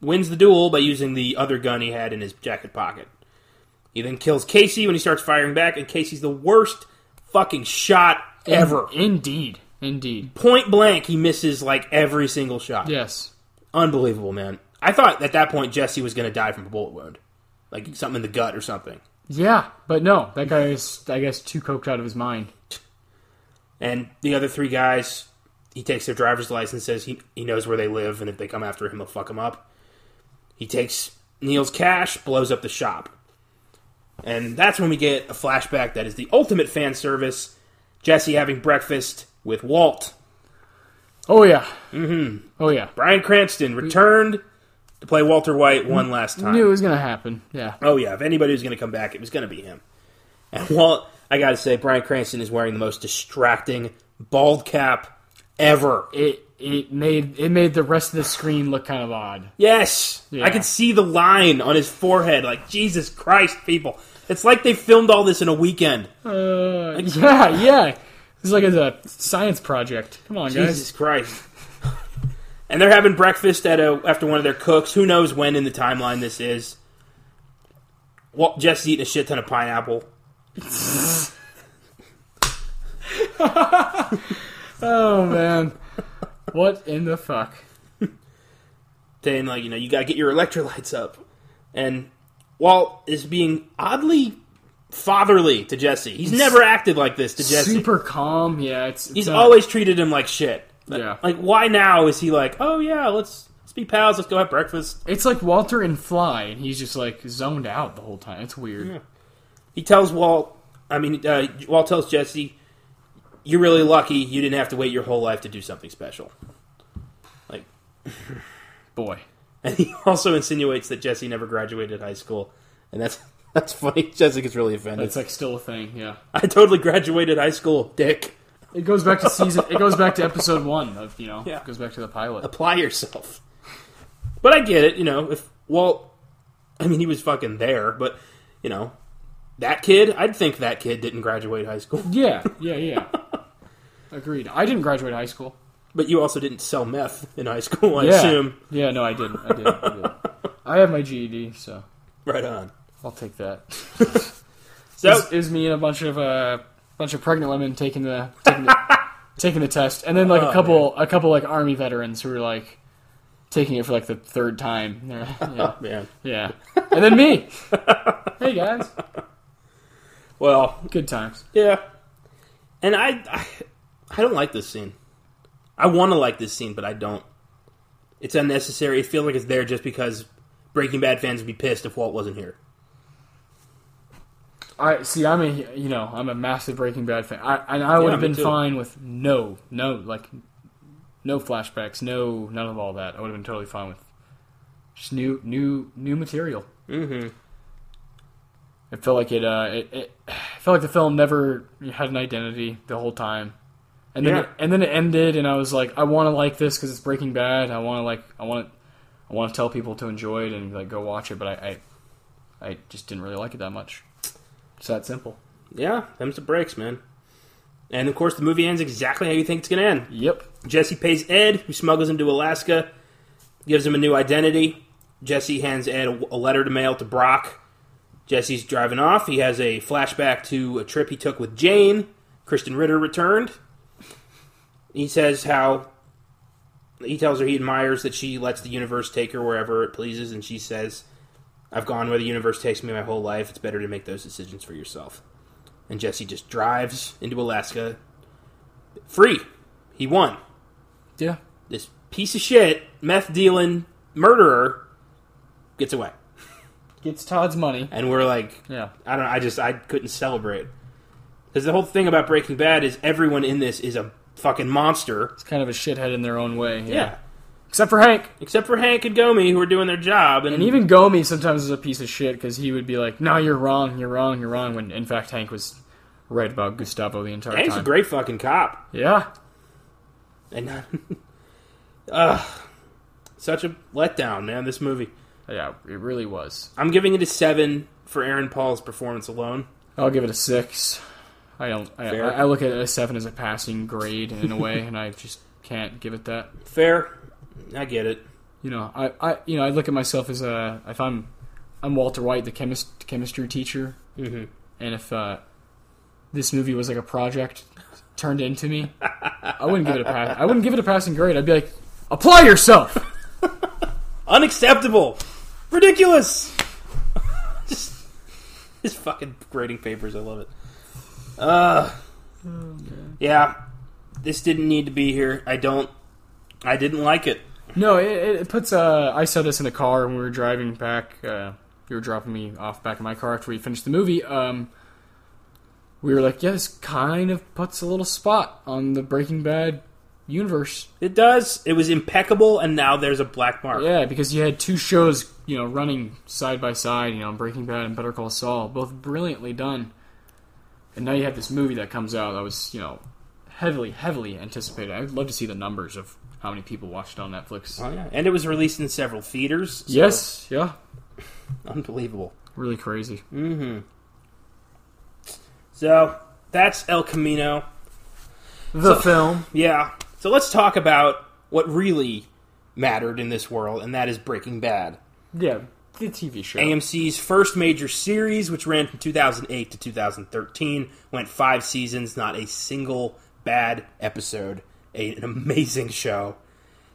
S1: wins the duel by using the other gun he had in his jacket pocket. He then kills Casey when he starts firing back, and Casey's the worst fucking shot ever.
S2: Indeed. Indeed.
S1: Point blank, he misses like every single shot.
S2: Yes.
S1: Unbelievable, man. I thought at that point Jesse was going to die from a bullet wound, like something in the gut or something.
S2: Yeah, but no. That guy is, I guess, too coked out of his mind.
S1: And the other three guys, he takes their driver's license, says he, he knows where they live, and if they come after him, he'll fuck them up. He takes Neil's cash, blows up the shop. And that's when we get a flashback that is the ultimate fan service Jesse having breakfast with Walt.
S2: Oh, yeah. Mm-hmm. Oh, yeah.
S1: Brian Cranston returned to play Walter White one last time.
S2: Knew it was going to happen. Yeah.
S1: Oh yeah, if anybody was going to come back, it was going to be him. And Walt, I got to say, Brian Cranston is wearing the most distracting bald cap ever.
S2: It it made it made the rest of the screen look kind of odd.
S1: Yes,
S2: Yeah.
S1: I could see the line on his forehead. Like Jesus Christ, people! It's like they filmed all this in a weekend.
S2: Uh, yeah, yeah. It's like it's a science project. Come on, guys.
S1: Jesus Christ! and they're having breakfast at a after one of their cooks. Who knows when in the timeline this is? Well, Jeff's eating a shit ton of pineapple.
S2: Oh man, what in the fuck?
S1: Saying like, you know, you got to get your electrolytes up. And Walt is being oddly fatherly to Jesse. He's never acted like this to Jesse.
S2: Super calm. Yeah, it's, it's
S1: He's
S2: uh,
S1: always treated him like shit.
S2: Yeah.
S1: Like, why now is he like, oh yeah, let's let's be pals, let's go have breakfast?
S2: It's like Walter and Fly, and he's just like zoned out the whole time. It's weird.
S1: He tells Walt, I mean, uh, Walt tells Jesse, "You're really lucky. You didn't have to wait your whole life to do something special." Like,
S2: Boy,
S1: and he also insinuates that Jesse never graduated high school, and that's That's funny. Jessica's really offended.
S2: It's like still a thing. Yeah,
S1: I totally graduated high school, dick.
S2: it goes back to season. It goes back to episode one of you know.
S1: Yeah.
S2: It goes back to the pilot.
S1: Apply yourself. But I get it, you know, if Walt I mean he was fucking there, but you know, that kid, I'd think that kid didn't graduate high school.
S2: Yeah, yeah, yeah. Agreed. I didn't graduate high school.
S1: But you also didn't sell meth in high school, I
S2: yeah.
S1: assume.
S2: Yeah, no, I didn't. I didn't. I, didn't. I have my GED, so
S1: Right on.
S2: I'll take that.
S1: So
S2: Is, is me and a bunch of uh, bunch of pregnant women taking the taking the, taking the test, and then like
S1: Oh,
S2: a couple a couple like army veterans who were like taking it for like the third time. They're- Yeah,
S1: man.
S2: yeah, and then me. hey guys,
S1: Well,
S2: good times.
S1: yeah. And I I, I don't like this scene. I want to like this scene, but I don't. It's unnecessary. It feels like it's there just because Breaking Bad fans would be pissed if Walt wasn't here.
S2: I see. I'm a you know I'm a massive Breaking Bad fan. I and I would
S1: Yeah,
S2: have
S1: me
S2: been
S1: too.
S2: fine with no no like no flashbacks, no none of all that. I would have been totally fine with just new new new material.
S1: Mm-hmm.
S2: It felt like it uh it, it it felt like the film never had an identity the whole time. And then
S1: Yeah.
S2: it, and then it ended and I was like I want to like this cuz it's Breaking Bad. I want to like I want to I want to tell people to enjoy it and like go watch it, but I I, I just didn't really like it that much. It's that simple.
S1: Yeah, them's the breaks, man. And of course, the movie ends exactly how you think it's going to end.
S2: Yep.
S1: Jesse pays Ed, who smuggles him to Alaska, gives him a new identity. Jesse hands Ed a, a letter to mail to Brock. Jesse's driving off. He has a flashback to a trip he took with Jane. Kristen Ritter returned. He says how he tells her he admires that she lets the universe take her wherever it pleases, and she says, I've gone where the universe takes me my whole life. It's better to make those decisions for yourself. And Jesse just drives into Alaska free. He won
S2: Yeah.
S1: this piece of shit meth dealing murderer gets away
S2: Gets Todd's money.
S1: and we're like
S2: Yeah.
S1: i don't know i just i couldn't celebrate because the whole thing about breaking bad is everyone in this is a fucking monster
S2: It's kind of a shithead in their own way.
S1: yeah,
S2: Except for Hank.
S1: except for hank and gomi who are doing their job and,
S2: And even Gomi sometimes is a piece of shit because he would be like, "No, you're wrong. You're wrong. You're wrong." When in fact Hank was right about Gustavo the entire
S1: hank's a
S2: time.
S1: great fucking cop
S2: yeah.
S1: and not Ugh. such a letdown man this movie
S2: Yeah. It really was.
S1: i'm giving it a seven for aaron paul's performance alone
S2: I'll give it a six. I don't. I,
S1: Fair.
S2: I, I look at a seven as a passing grade in a way, and I just can't give it that.
S1: fair i get it
S2: You know, I, I you know I look at myself as a if I'm I'm Walter White, the chemist chemistry teacher,
S1: mm-hmm.
S2: and if uh, this movie was like a project turned into me, I wouldn't give it a pass. I wouldn't give it a passing grade. I'd be like, apply yourself.
S1: Unacceptable! Ridiculous! Just his fucking grading papers, I love it. Uh, yeah, this didn't need to be here. I don't. I didn't like it.
S2: No, it, it it puts. Uh, I saw this in the car when we were driving back. Uh, you were dropping me off back in my car after we finished the movie. Um, we were like, yeah, this kind of puts a little spot on the Breaking Bad universe.
S1: It does. It was impeccable, and now there's a black mark.
S2: Yeah, because you had two shows, you know, running side by side, you know, Breaking Bad and Better Call Saul, both brilliantly done. And now you have this movie that comes out that was, you know, heavily, heavily anticipated. I'd love to see the numbers of how many people watched it on Netflix.
S1: Oh, yeah. And it was released in several theaters. so-
S2: yes, yeah,
S1: Unbelievable.
S2: really crazy.
S1: So, that's El Camino.
S2: The film,
S1: Yeah. So let's talk about what really mattered in this world, and that is Breaking Bad.
S2: yeah, the TV show.
S1: AMC's first major series, which ran from 2008 to 2013, went five seasons, not a single bad episode. A- an amazing show.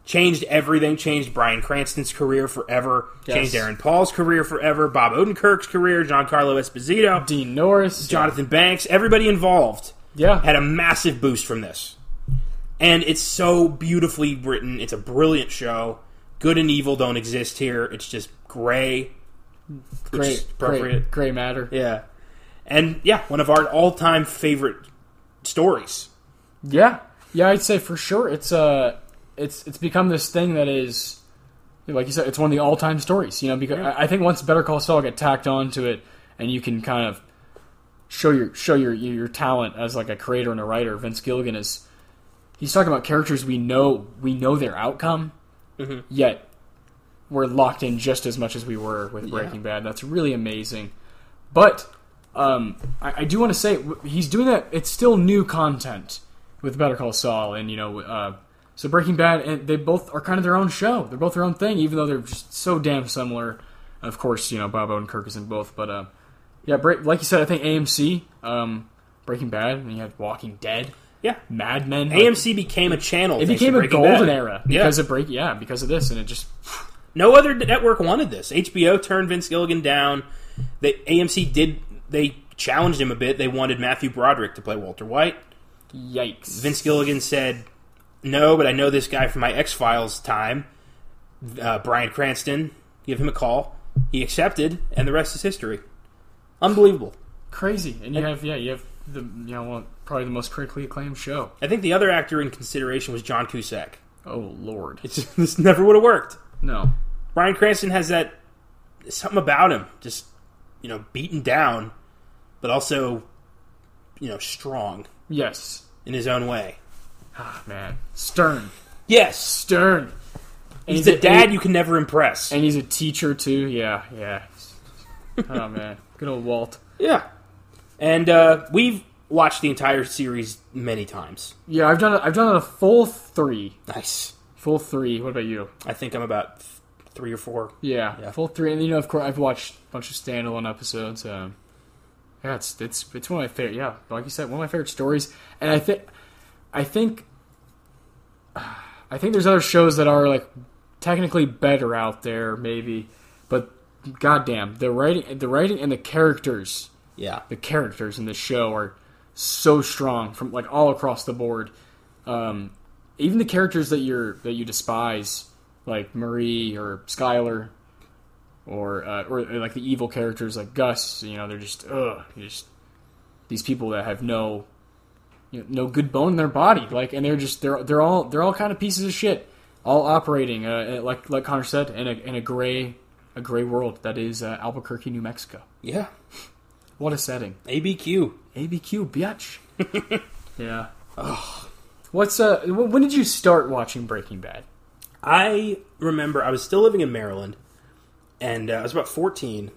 S1: Changed everything. Changed Brian Cranston's career forever.
S2: Yes.
S1: Changed Aaron Paul's career forever. Bob Odenkirk's career. Giancarlo Esposito.
S2: Dean Norris,
S1: Jonathan Banks. Everybody involved
S2: yeah,
S1: had a massive boost from this. And it's so beautifully written. It's a brilliant show. Good and evil don't exist here. It's just gray. which is
S2: great, great, great matter.
S1: Yeah. And yeah, one of our all time favorite stories.
S2: Yeah, yeah, I'd say for sure it's uh it's it's become this thing that is, like you said, it's one of the all time stories. You know, because I, I think once Better Call Saul got tacked on to it, and you can kind of show your show your your talent as like a creator and a writer. Vince Gilligan is he's talking about characters we know we know their outcome, yet we're locked in just as much as we were with Breaking Bad. That's really amazing. But um, I, I do want to say w- he's doing that. It's still new content with Better Call Saul, and you know, uh, so Breaking Bad, and they both are kind of their own show. They're both their own thing, even though they're just so damn similar. Of course, you know, Bob Odenkirk is in both, but uh, yeah, Bre- like you said, I think AMC, um, Breaking Bad, and you had Walking Dead,
S1: Yeah.
S2: Mad Men. like,
S1: AMC became a channel.
S2: it became a golden era
S1: Yeah.
S2: because of break, yeah, because of this, and it just
S1: No other network wanted this. HBO turned Vince Gilligan down. They, AMC did. They challenged him a bit. They wanted Matthew Broderick to play Walter White.
S2: yikes.
S1: Vince Gilligan said, "No, but I know this guy from my X Files time, uh, Brian Cranston. Give him a call." He accepted, and the rest is history. Unbelievable.
S2: crazy, and you have yeah, you have the you know well, probably the most critically acclaimed show.
S1: I think the other actor in consideration was John Cusack.
S2: Oh lord,
S1: It's, this never would have worked.
S2: no,
S1: Brian Cranston has that something about him, just you know, beaten down, but also you know, strong
S2: yes,
S1: in his own way.
S2: ah man, stern,
S1: Yes,
S2: stern. And
S1: he's a dad
S2: and,
S1: you can never impress.
S2: and he's a teacher too. Yeah, yeah. oh man, good old Walt.
S1: Yeah, and uh, we've watched the entire series many times.
S2: Yeah, I've done it. I've done it a full three,
S1: Nice.
S2: full three. What about you?
S1: I think I'm about th- three or four.
S2: Yeah,
S1: Yeah.
S2: full three. And you know, of course, I've watched a bunch of standalone episodes. Um, yeah, it's it's it's one of my favorite. Yeah, like you said, one of my favorite stories. And I think, I think, I think there's other shows that are like technically better out there, maybe. But goddamn, the writing, the writing, and the characters,
S1: Yeah,
S2: the characters in this show are so strong from like all across the board. Um, even the characters that you're that you despise, like Marie or Skylar, or uh, or uh, like the evil characters like Gus. You know, they're just ugh, you just these people that have no you know, no good bone in their body. Like, and they're just they're they're all they're all kind of pieces of shit. All operating, uh, like like Connor said, in a in a gray a gray world that is uh, Albuquerque, New Mexico.
S1: yeah.
S2: What a setting.
S1: ABQ.
S2: ABQ, bitch. yeah. What's uh? wh- When did you start watching Breaking Bad?
S1: I remember I was still living in Maryland, and uh, I was about 14,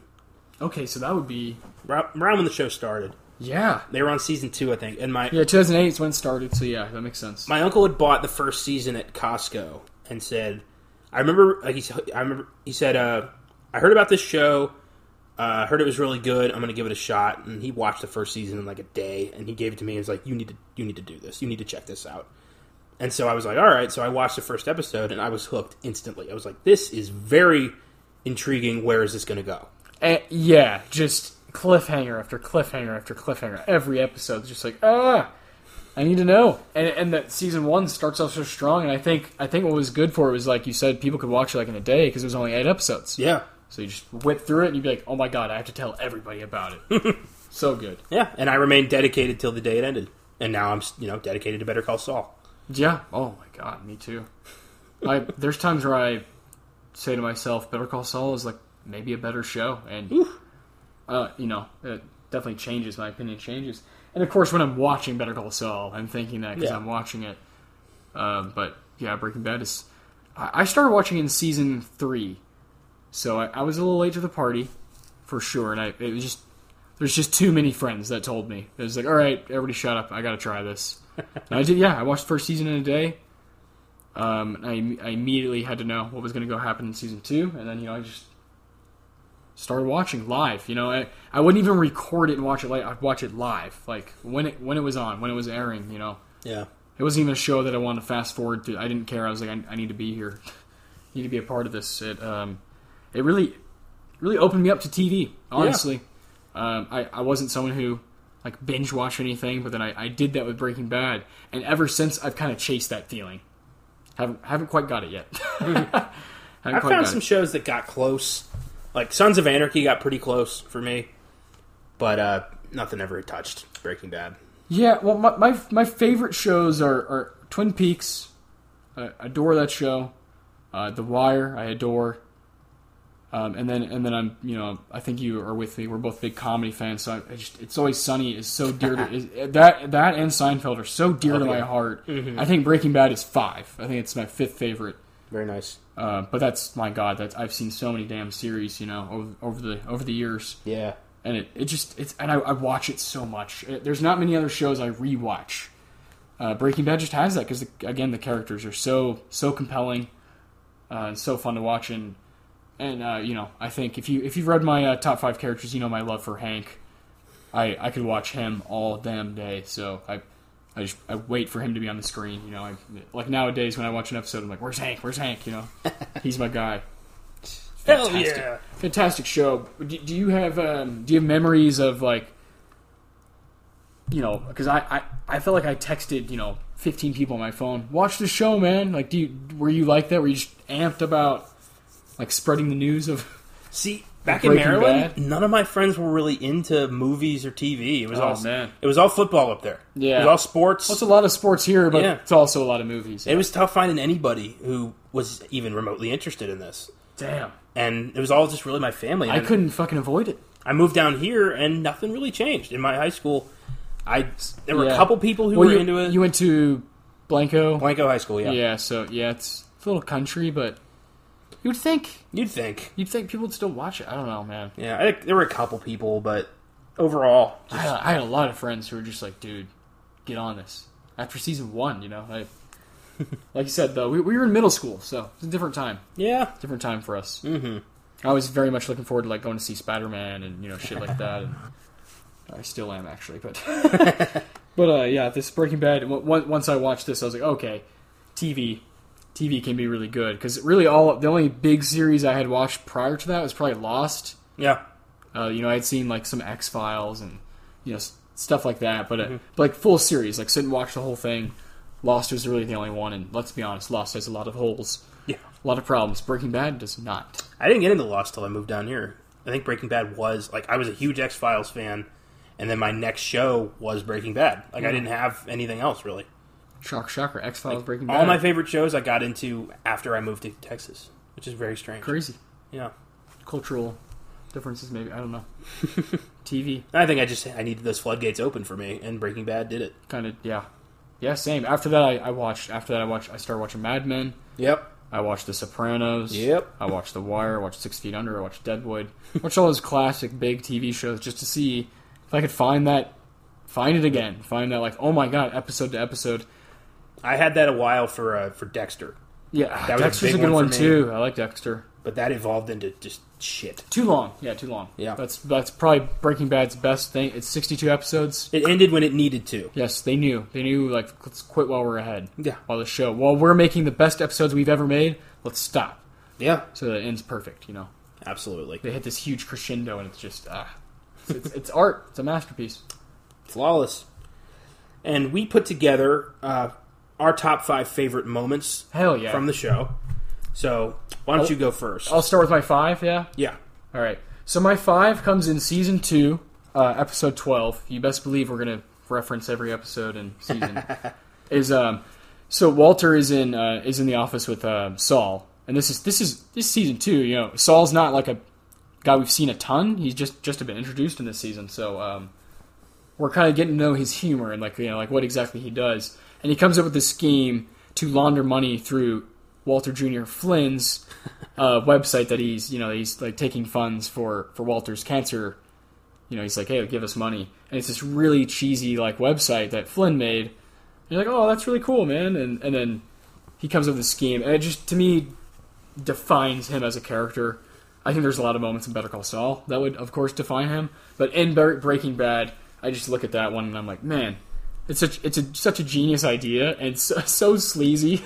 S2: Okay, so that would be
S1: ra- around when the show started.
S2: yeah,
S1: They were on season two, I think. And my
S2: yeah. Two thousand eight is when it started. So yeah, that makes sense.
S1: my uncle had bought the first season at Costco and said, "I remember." Like he, s- I remember he said, uh, "I heard about this show. Uh, I heard it was really good. I'm going to give it a shot." And he watched the first season in like a day, and he gave it to me. and was like, "You need to, you need to do this. You need to check this out." And so I was like, "All right." So I watched the first episode, and I was hooked instantly. I was like, "This is very intriguing. Where is this going to go?"
S2: Eh, yeah, just cliffhanger after cliffhanger after cliffhanger. Every episode, just like ah, I need to know. And and that season one starts off so strong. And I think I think what was good for it was like you said, people could watch it like in a day because it was only eight episodes.
S1: Yeah,
S2: So you just whip through it and you'd be like, oh my god, I have to tell everybody about it. so good.
S1: yeah. And I remained dedicated till the day it ended. And now I'm, you know, dedicated to Better Call Saul.
S2: Yeah. Oh my god, me too. I there's times where I say to myself, Better Call Saul is like maybe a better show, and uh, you know, it definitely changes my opinion changes. And of course, when I'm watching Better Call Saul, I'm thinking that because
S1: Yeah.
S2: I'm watching it. Um, but yeah, Breaking Bad is. I, I started watching in season three, so I, I was a little late to the party, for sure. And I it was just there's just too many friends that told me it was like, all right, everybody, shut up, I got to try this. And I did, yeah. I watched the first season in a day. Um, and I, I immediately had to know what was going to go happen in season two, and then you know I just started watching live. You know, I, I wouldn't even record it and watch it late. I'd watch it live, like when it when it was on, when it was airing. You know,
S1: Yeah.
S2: it wasn't even a show that I wanted to fast forward to. I didn't care. I was like, I, I need to be here, need to be a part of this. It um, it really, really opened me up to TV. Honestly, um, I I wasn't someone who like binge watch anything, but then I, I did that with Breaking Bad, and ever since I've kind of chased that feeling. Haven't haven't quite got it yet. haven't
S1: I
S2: quite
S1: found
S2: got
S1: some
S2: it.
S1: shows that got close. Like Sons of Anarchy got pretty close for me, but uh, nothing ever touched Breaking Bad.
S2: Yeah, well, my my, my favorite shows are, are Twin Peaks. I adore that show. Uh, the Wire, I adore. Um, and then and then I'm you know I think you are with me. We're both big comedy fans, so I, I just, it's always sunny is so dear to is, uh, that that and Seinfeld are so dear to my heart. I think Breaking Bad is five. I think it's my fifth favorite.
S1: Very nice.
S2: Uh, but that's my God. That's I've seen so many damn series, you know, over, over the over the years,
S1: Yeah.
S2: and it, it just it's and I, I watch it so much. Uh, there's not many other shows I rewatch. Uh, Breaking Bad just has that because again the characters are so so compelling, uh, and so fun to watch. And and uh, you know I think if you if you've read my uh, top five characters, you know my love for Hank. I I could watch him all damn day. So I. I just I wait for him to be on the screen, you know. I, like nowadays, when I watch an episode, I'm like, "Where's Hank? Where's Hank?" You know, he's my guy.
S1: Hell
S2: Fantastic.
S1: yeah.
S2: Fantastic show. Do, do you have um, do you have memories of like, you know, because I, I I felt like I texted you know 15 people on my phone. Watch the show, man. Like, do you were you like that? Were you just amped about like spreading the news of?
S1: See, back in
S2: Breaking
S1: Maryland,
S2: Bad?
S1: none of my friends were really into movies or TV. It was
S2: Oh,
S1: all
S2: man.
S1: it was all football up there.
S2: Yeah.
S1: it was all sports.
S2: Well, it's a lot of sports here, but
S1: Yeah.
S2: it's also a lot of movies.
S1: it was tough finding anybody who was even remotely interested in this.
S2: Damn,
S1: And it was all just really my family.
S2: I
S1: And
S2: couldn't fucking avoid it.
S1: I moved down here, and nothing really changed in my high school. I there were
S2: Yeah.
S1: a couple people who
S2: Well,
S1: were
S2: you,
S1: into it.
S2: you went to Blanco.
S1: Blanco High School, yeah.
S2: Yeah, so yeah, it's, it's a little country, but you would think
S1: You'd think,
S2: you'd think people would still watch it. I don't know, man.
S1: yeah. I, there were a couple people, but overall,
S2: I had, I had a lot of friends who were just like, dude, get on this. After season one, you know, I, like you said though, we, we were in middle school, so it's a different time,
S1: yeah,
S2: different time for us. Mm-hmm. I was very much looking forward to like going to see Spider Man and you know shit like that, and I still am actually, but but uh, yeah, this Breaking Bad. on- on- Once I watched this, I was like, okay, TV. TV can be really good because really all the only big series I had watched prior to that was probably Lost,
S1: yeah.
S2: uh, you know, I had seen like some X Files and you know s- stuff like
S1: Mm-hmm.
S2: that, but, uh, but like full series, like sit and watch the whole thing. Lost was really the only one, and let's be honest, Lost has a lot of holes,
S1: Yeah.
S2: a lot of problems. Breaking Bad does not.
S1: I didn't get into Lost till I moved down here. I think Breaking Bad was like I was a huge X Files fan, and then my next show was Breaking Bad. Like I didn't have anything else really.
S2: Shock, shocker! X Files, Breaking Bad,
S1: All my favorite shows I got into after I moved to Texas, which is very strange.
S2: crazy
S1: Yeah,
S2: cultural differences. Maybe I don't know. TV
S1: I think I just I needed those floodgates open for me, and Breaking Bad did it.
S2: kind of yeah, yeah. Same. After that, I, I watched. After that, I watched. I started watching Mad Men.
S1: Yep.
S2: I watched The Sopranos.
S1: Yep.
S2: I watched The Wire. I watched Six Feet Under. I watched Deadwood. I watched all those classic big TV shows just to see if I could find that, find it again, find that like oh my god, episode to episode.
S1: I had that a while for uh, for Dexter,
S2: Yeah,
S1: That was a
S2: Dexter's a,
S1: big
S2: good
S1: one
S2: one,
S1: for me.
S2: too. I like Dexter.
S1: but that evolved into just shit.
S2: Too long. Yeah, too long.
S1: Yeah.
S2: that's that's probably Breaking Bad's best thing. It's sixty-two episodes.
S1: It ended when it needed to.
S2: Yes, they knew. They knew like let's quit while we're ahead.
S1: Yeah.
S2: While the show, while we're making the best episodes we've ever made, let's stop.
S1: Yeah,
S2: So that it ends perfect. You know.
S1: absolutely.
S2: they hit this huge crescendo, and it's just ah, it's, it's, it's art. It's a masterpiece.
S1: Flawless. And we put together uh, our top five favorite moments
S2: Hell yeah!
S1: from the show. So why don't you go first?
S2: I'll start with my five. Yeah.
S1: yeah.
S2: All right. So my five comes in season two, uh, episode twelve. You best believe we're gonna reference every episode and season. is um, so Walter is in uh, is in the office with um, Saul, and this is this is this is season two. You know, Saul's not like a guy we've seen a ton. He's just just been introduced in this season, so um, we're kind of getting to know his humor and like you know like what exactly he does. And he comes up with this scheme to launder money through Walter Jr. Flynn's uh, website that he's you know he's like taking funds for for Walter's cancer. You know, he's like, hey, give us money, and it's this really cheesy like website that Flynn made. And you're like, oh, that's really cool, man, and and then he comes up with a scheme, and it just to me defines him as a character. I think there's a lot of moments in Better Call Saul that would, of course, define him. But in Bre- Breaking Bad, I just look at that one and I'm like, man, it's such it's a, such a genius idea and it's so, so sleazy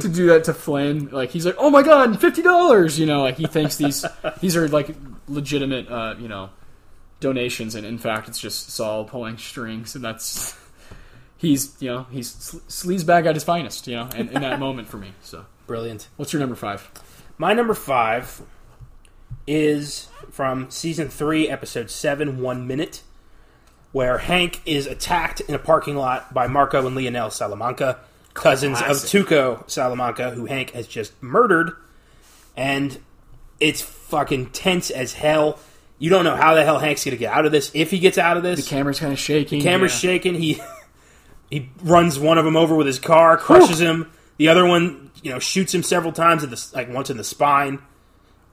S2: to do that to Flynn. Like he's like, oh my god, fifty dollars. You know, like he thinks these these are like legitimate, uh, you know, donations, and in fact, it's just Saul pulling strings, and that's he's you know he's sl- sleazebag at his finest. You know, in, in that moment for me. So,
S1: Brilliant.
S2: what's your number five?
S1: My number five is from season three, episode seven, one minute, where Hank is attacked in a parking lot by Marco and Leonel Salamanca, cousins
S2: Classic.
S1: of Tuco Salamanca, who Hank has just murdered. And It's fucking tense as hell. You don't know how the hell Hank's gonna get out of this. If he gets out of this,
S2: The camera's kind of shaking.
S1: camera's
S2: yeah.
S1: shaking. He he runs one of them over with his car, crushes him. The other one, you know, shoots him several times at the s- like once in the spine.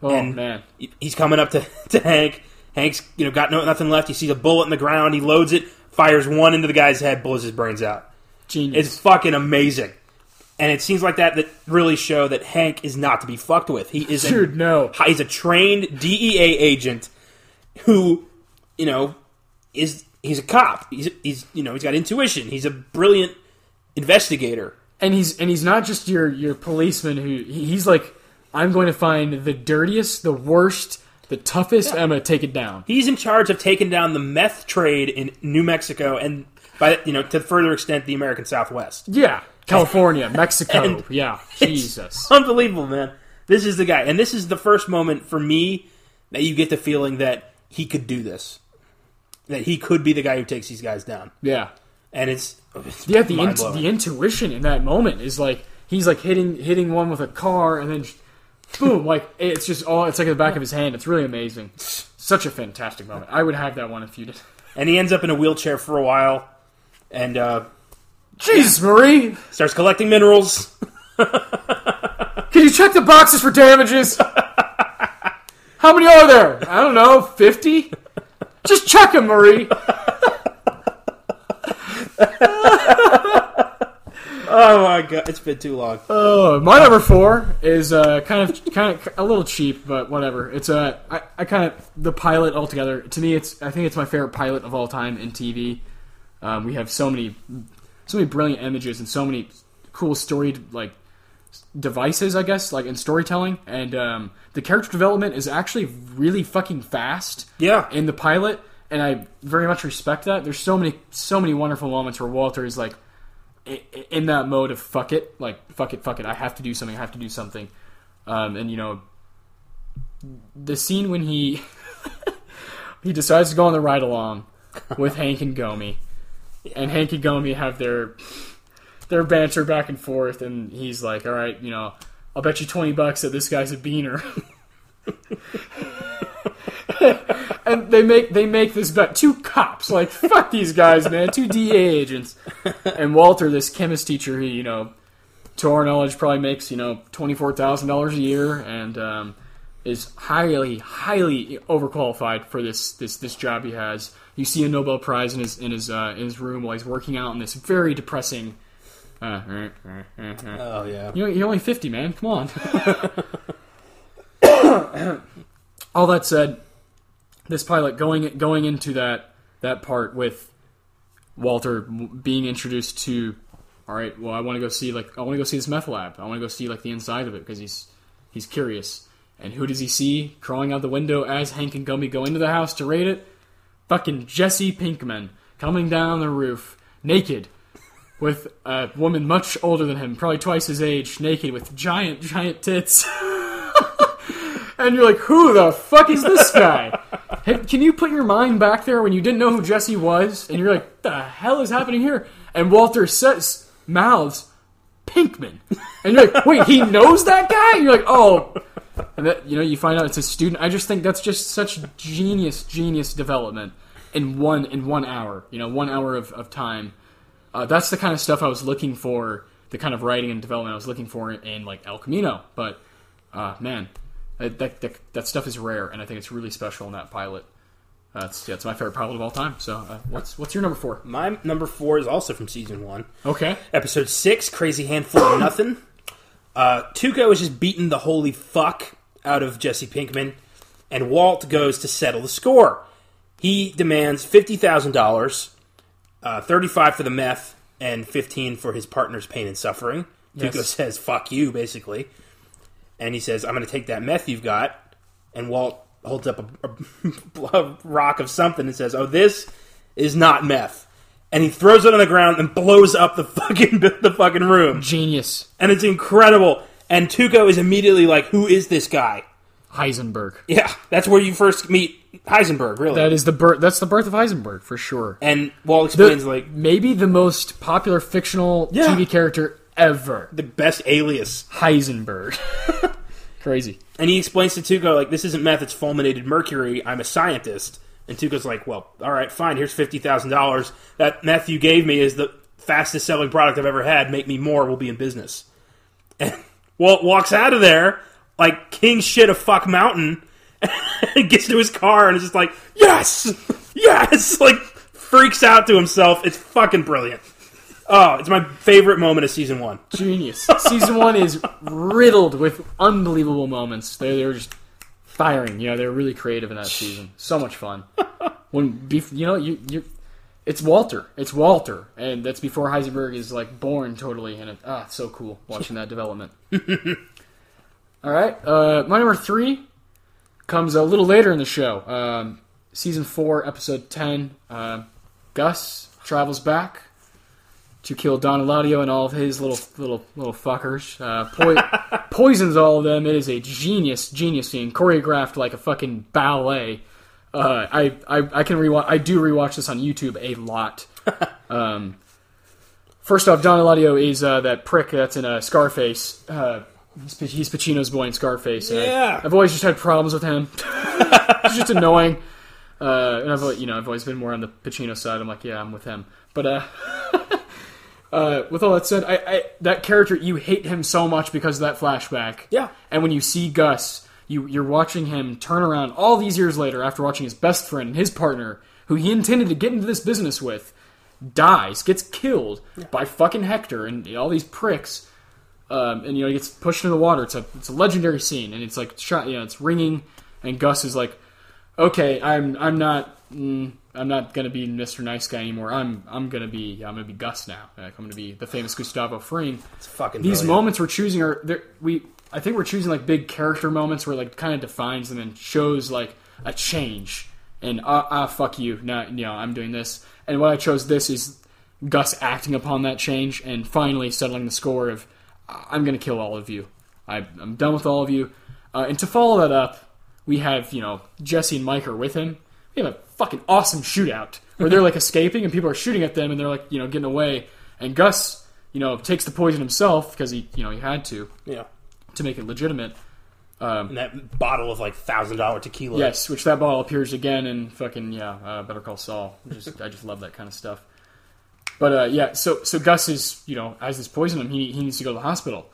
S2: Oh
S1: and-
S2: man,
S1: He- He's coming up to, to Hank. Hank's you know got no, nothing left. He sees a bullet in the ground. He loads it, fires one into the guy's head, blows his brains out.
S2: genius.
S1: It's fucking amazing. And it seems like that that really show that Hank is not to be fucked with. He is a
S2: Dude, no.
S1: he's a trained DEA agent who, you know, is he's a cop. He's he's you know he's got intuition. He's a brilliant investigator.
S2: and he's and he's not just your your policeman who he- he's like i'm going to find the dirtiest the worst the toughest and i'm going to take it down
S1: He's in charge of taking down the meth trade in New Mexico and by you know to further extent the American Southwest.
S2: yeah california mexico
S1: And-
S2: yeah jesus
S1: Unbelievable, man. This is the guy, and this is the first moment for me that you get the feeling that he could do this, that he could be the guy who takes these guys down.
S2: yeah
S1: And it's, it's
S2: yeah the int-
S1: mind-blowing.
S2: the intuition in that moment is like he's like hitting hitting one with a car and then sh- boom like it's just all it's like in the back of his hand it's really amazing such a fantastic moment i would have that one if you did
S1: and he ends up in a wheelchair for a while, and uh,
S2: jesus marie
S1: starts collecting minerals.
S2: Can you check the boxes for damages? How many are there? I don't know, 50? Just check them, Marie.
S1: Oh my god, it's been too long.
S2: Oh, my number four is uh, kind of kind of a little cheap, but whatever. It's uh, I, I kind of the pilot altogether. To me, it's I think it's my favorite pilot of all time in TV. Um, we have so many so many brilliant images and so many cool storied like devices, I guess, like in storytelling. And um, the character development is actually really fucking fast.
S1: Yeah.
S2: in the pilot, and I very much respect that. There's so many so many wonderful moments where Walter is like i- i- in that mode of fuck it, like fuck it, fuck it. I have to do something. I have to do something. Um, and you know, the scene when he he decides to go on the ride along with Hank and Gomi, and Hank and Gomi have their their banter back and forth, and he's like, "All right, you know, I'll bet you twenty bucks that this guy's a beaner." and they make they make this bet two cops like fuck these guys man two DA agents and Walter this chemist teacher who you know to our knowledge probably makes you know twenty four thousand dollars a year and um, is highly highly overqualified for this this this job he has you see a Nobel Prize in his in his uh, in his room while he's working out in this very depressing uh, uh, uh, uh, uh,
S1: Oh yeah.
S2: you know, you're only 50, man. Come on. All that said, this pilot going going into that that part with Walter being introduced to, all right, well, I want to go see like I want to go see this meth lab. I want to go see like the inside of it because he's he's curious. And who does he see crawling out the window as Hank and Gumby go into the house to raid it? Fucking Jesse Pinkman coming down the roof naked with a woman much older than him, probably twice his age, naked with giant, giant tits. and you're like, who the fuck is this guy? Hey, Can you put your mind back there when you didn't know who Jesse was? And you're like, the hell is happening here? And Walter says, mouths, Pinkman. And you're like, wait, he knows that guy? And you're like, oh. And that, you know, you find out it's a student. I just think that's just such genius, genius development in one in one hour. You know, one hour of, of time uh, that's the kind of stuff I was looking for, the kind of writing and development I was looking for in like El Camino. But uh, man, that, that, that, that stuff is rare, and I think it's really special in that pilot. Uh, it's, yeah, it's my favorite pilot of all time. So, uh, what's what's your number four?
S1: My number four is also from season one,
S2: Okay,
S1: episode six, "Crazy Handful of Nothing." Uh, Tuco is just beating the holy fuck out of Jesse Pinkman, and Walt goes to settle the score. He demands fifty thousand dollars, uh, thirty-five for the meth, and fifteen for his partner's pain and suffering. Tuco
S2: Yes.
S1: says, "Fuck you," basically, and he says, "I'm going to take that meth you've got." And Walt holds up a, a, a rock of something and says, "Oh, this is not meth." And he throws it on the ground and blows up the fucking the fucking room
S2: genius
S1: and it's incredible. And Tuco is immediately like, "Who is this guy?"
S2: Heisenberg.
S1: Yeah, that's where you first meet Heisenberg, really.
S2: That is the birth. That's the birth of Heisenberg for sure.
S1: and Walt explains like
S2: Maybe the most popular fictional
S1: Yeah.
S2: TV character ever,
S1: the best alias,
S2: Heisenberg. Crazy.
S1: And he explains to Tuco, like, this isn't meth, it's fulminated mercury. I'm a scientist. And Tuco's like, well, all right, fine, here's $50,000. That meth you gave me is the fastest selling product I've ever had. Make me more, we'll be in business. And Walt walks out of there, like, king shit of fuck mountain, and gets to his car and is just like, yes, yes, like, freaks out to himself. It's fucking brilliant. Oh, it's my favorite moment of season one.
S2: Genius. Season one is riddled with unbelievable moments. They, they were just firing. You know, they were really creative in that season. So much fun. When bef- you know you you, it's Walter. It's Walter, and that's before Heisenberg is like born totally. And it, ah, it's so cool watching that development. All right, uh, my number three comes a little later in the show. Um, season four, episode ten. Uh, Gus travels back to kill Don Eladio and all of his little little little fuckers. Uh, poi- poisons all of them. It is a genius, genius scene, choreographed like a fucking ballet. Uh, I, I I can rewatch. I do rewatch this on YouTube a lot. Um, first off, Don Eladio is uh, that prick that's in uh, Scarface. Uh, he's, P- he's Pacino's boy in Scarface. and I-
S1: Yeah.
S2: I've always just had problems with him. it's just annoying. Uh, and I've al- you know I've always been more on the Pacino side. I'm like, yeah, I'm with him. But uh, uh, with all that said, I, I that character you hate him so much because of that flashback.
S1: Yeah.
S2: And when you see Gus, you you're watching him turn around all these years later after watching his best friend and his partner, who he intended to get into this business with, dies, gets killed by fucking Hector and all these pricks. Um, and you know he gets pushed into the water. It's a it's a legendary scene, and it's like shot. You know it's ringing, and Gus is like, okay, I'm I'm not mm, I'm not gonna be Mr. Nice Guy anymore. I'm I'm gonna be I'm gonna be Gus now. Like, I'm gonna be the famous Gustavo Fring.
S1: It's fucking
S2: These
S1: brilliant.
S2: moments we're choosing are they're- we I think we're choosing like big character moments where like kind of defines them and shows like a change. And ah ah fuck you, now you know I'm doing this. And what I chose this is Gus acting upon that change and finally settling the score of "I- I'm gonna kill all of you. I, I'm done with all of you. Uh, and to follow that up, we have you know Jesse and Mike are with him. We have a fucking awesome shootout where they're like escaping and people are shooting at them and they're like you know getting away. And Gus you know takes the poison himself because he you know he had to
S1: Yeah.
S2: to make it legitimate.
S1: And that bottle of like thousand dollar tequila.
S2: Yes, which that bottle appears again in fucking yeah, uh, Better Call Saul. Just, I just love that kind of stuff. But uh, yeah, so so Gus is you know as this poison him, he, he needs to go to the hospital.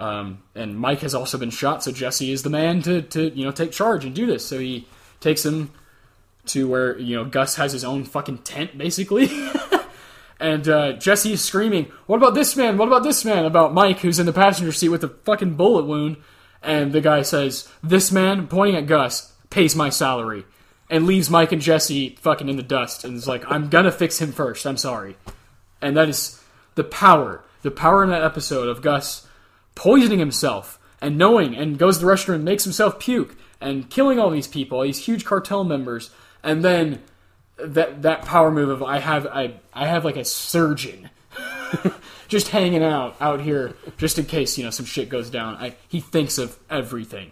S2: Um, and Mike has also been shot, so Jesse is the man to to you know take charge and do this. So he takes him to where you know Gus has his own fucking tent basically. And uh, Jesse is screaming, "What about this man? What about this man?" About Mike, who's in the passenger seat with a fucking bullet wound. And the guy says, "This man," pointing at Gus, "pays my salary," and leaves Mike and Jesse fucking in the dust. And is like, "I'm gonna fix him first. I'm sorry." And that is the power, the power in that episode of Gus poisoning himself and knowing, and goes to the restroom and makes himself puke and killing all these people, all these huge cartel members, and then that that power move of I have I I have like a surgeon just hanging out out here just in case you know some shit goes down. I he thinks of everything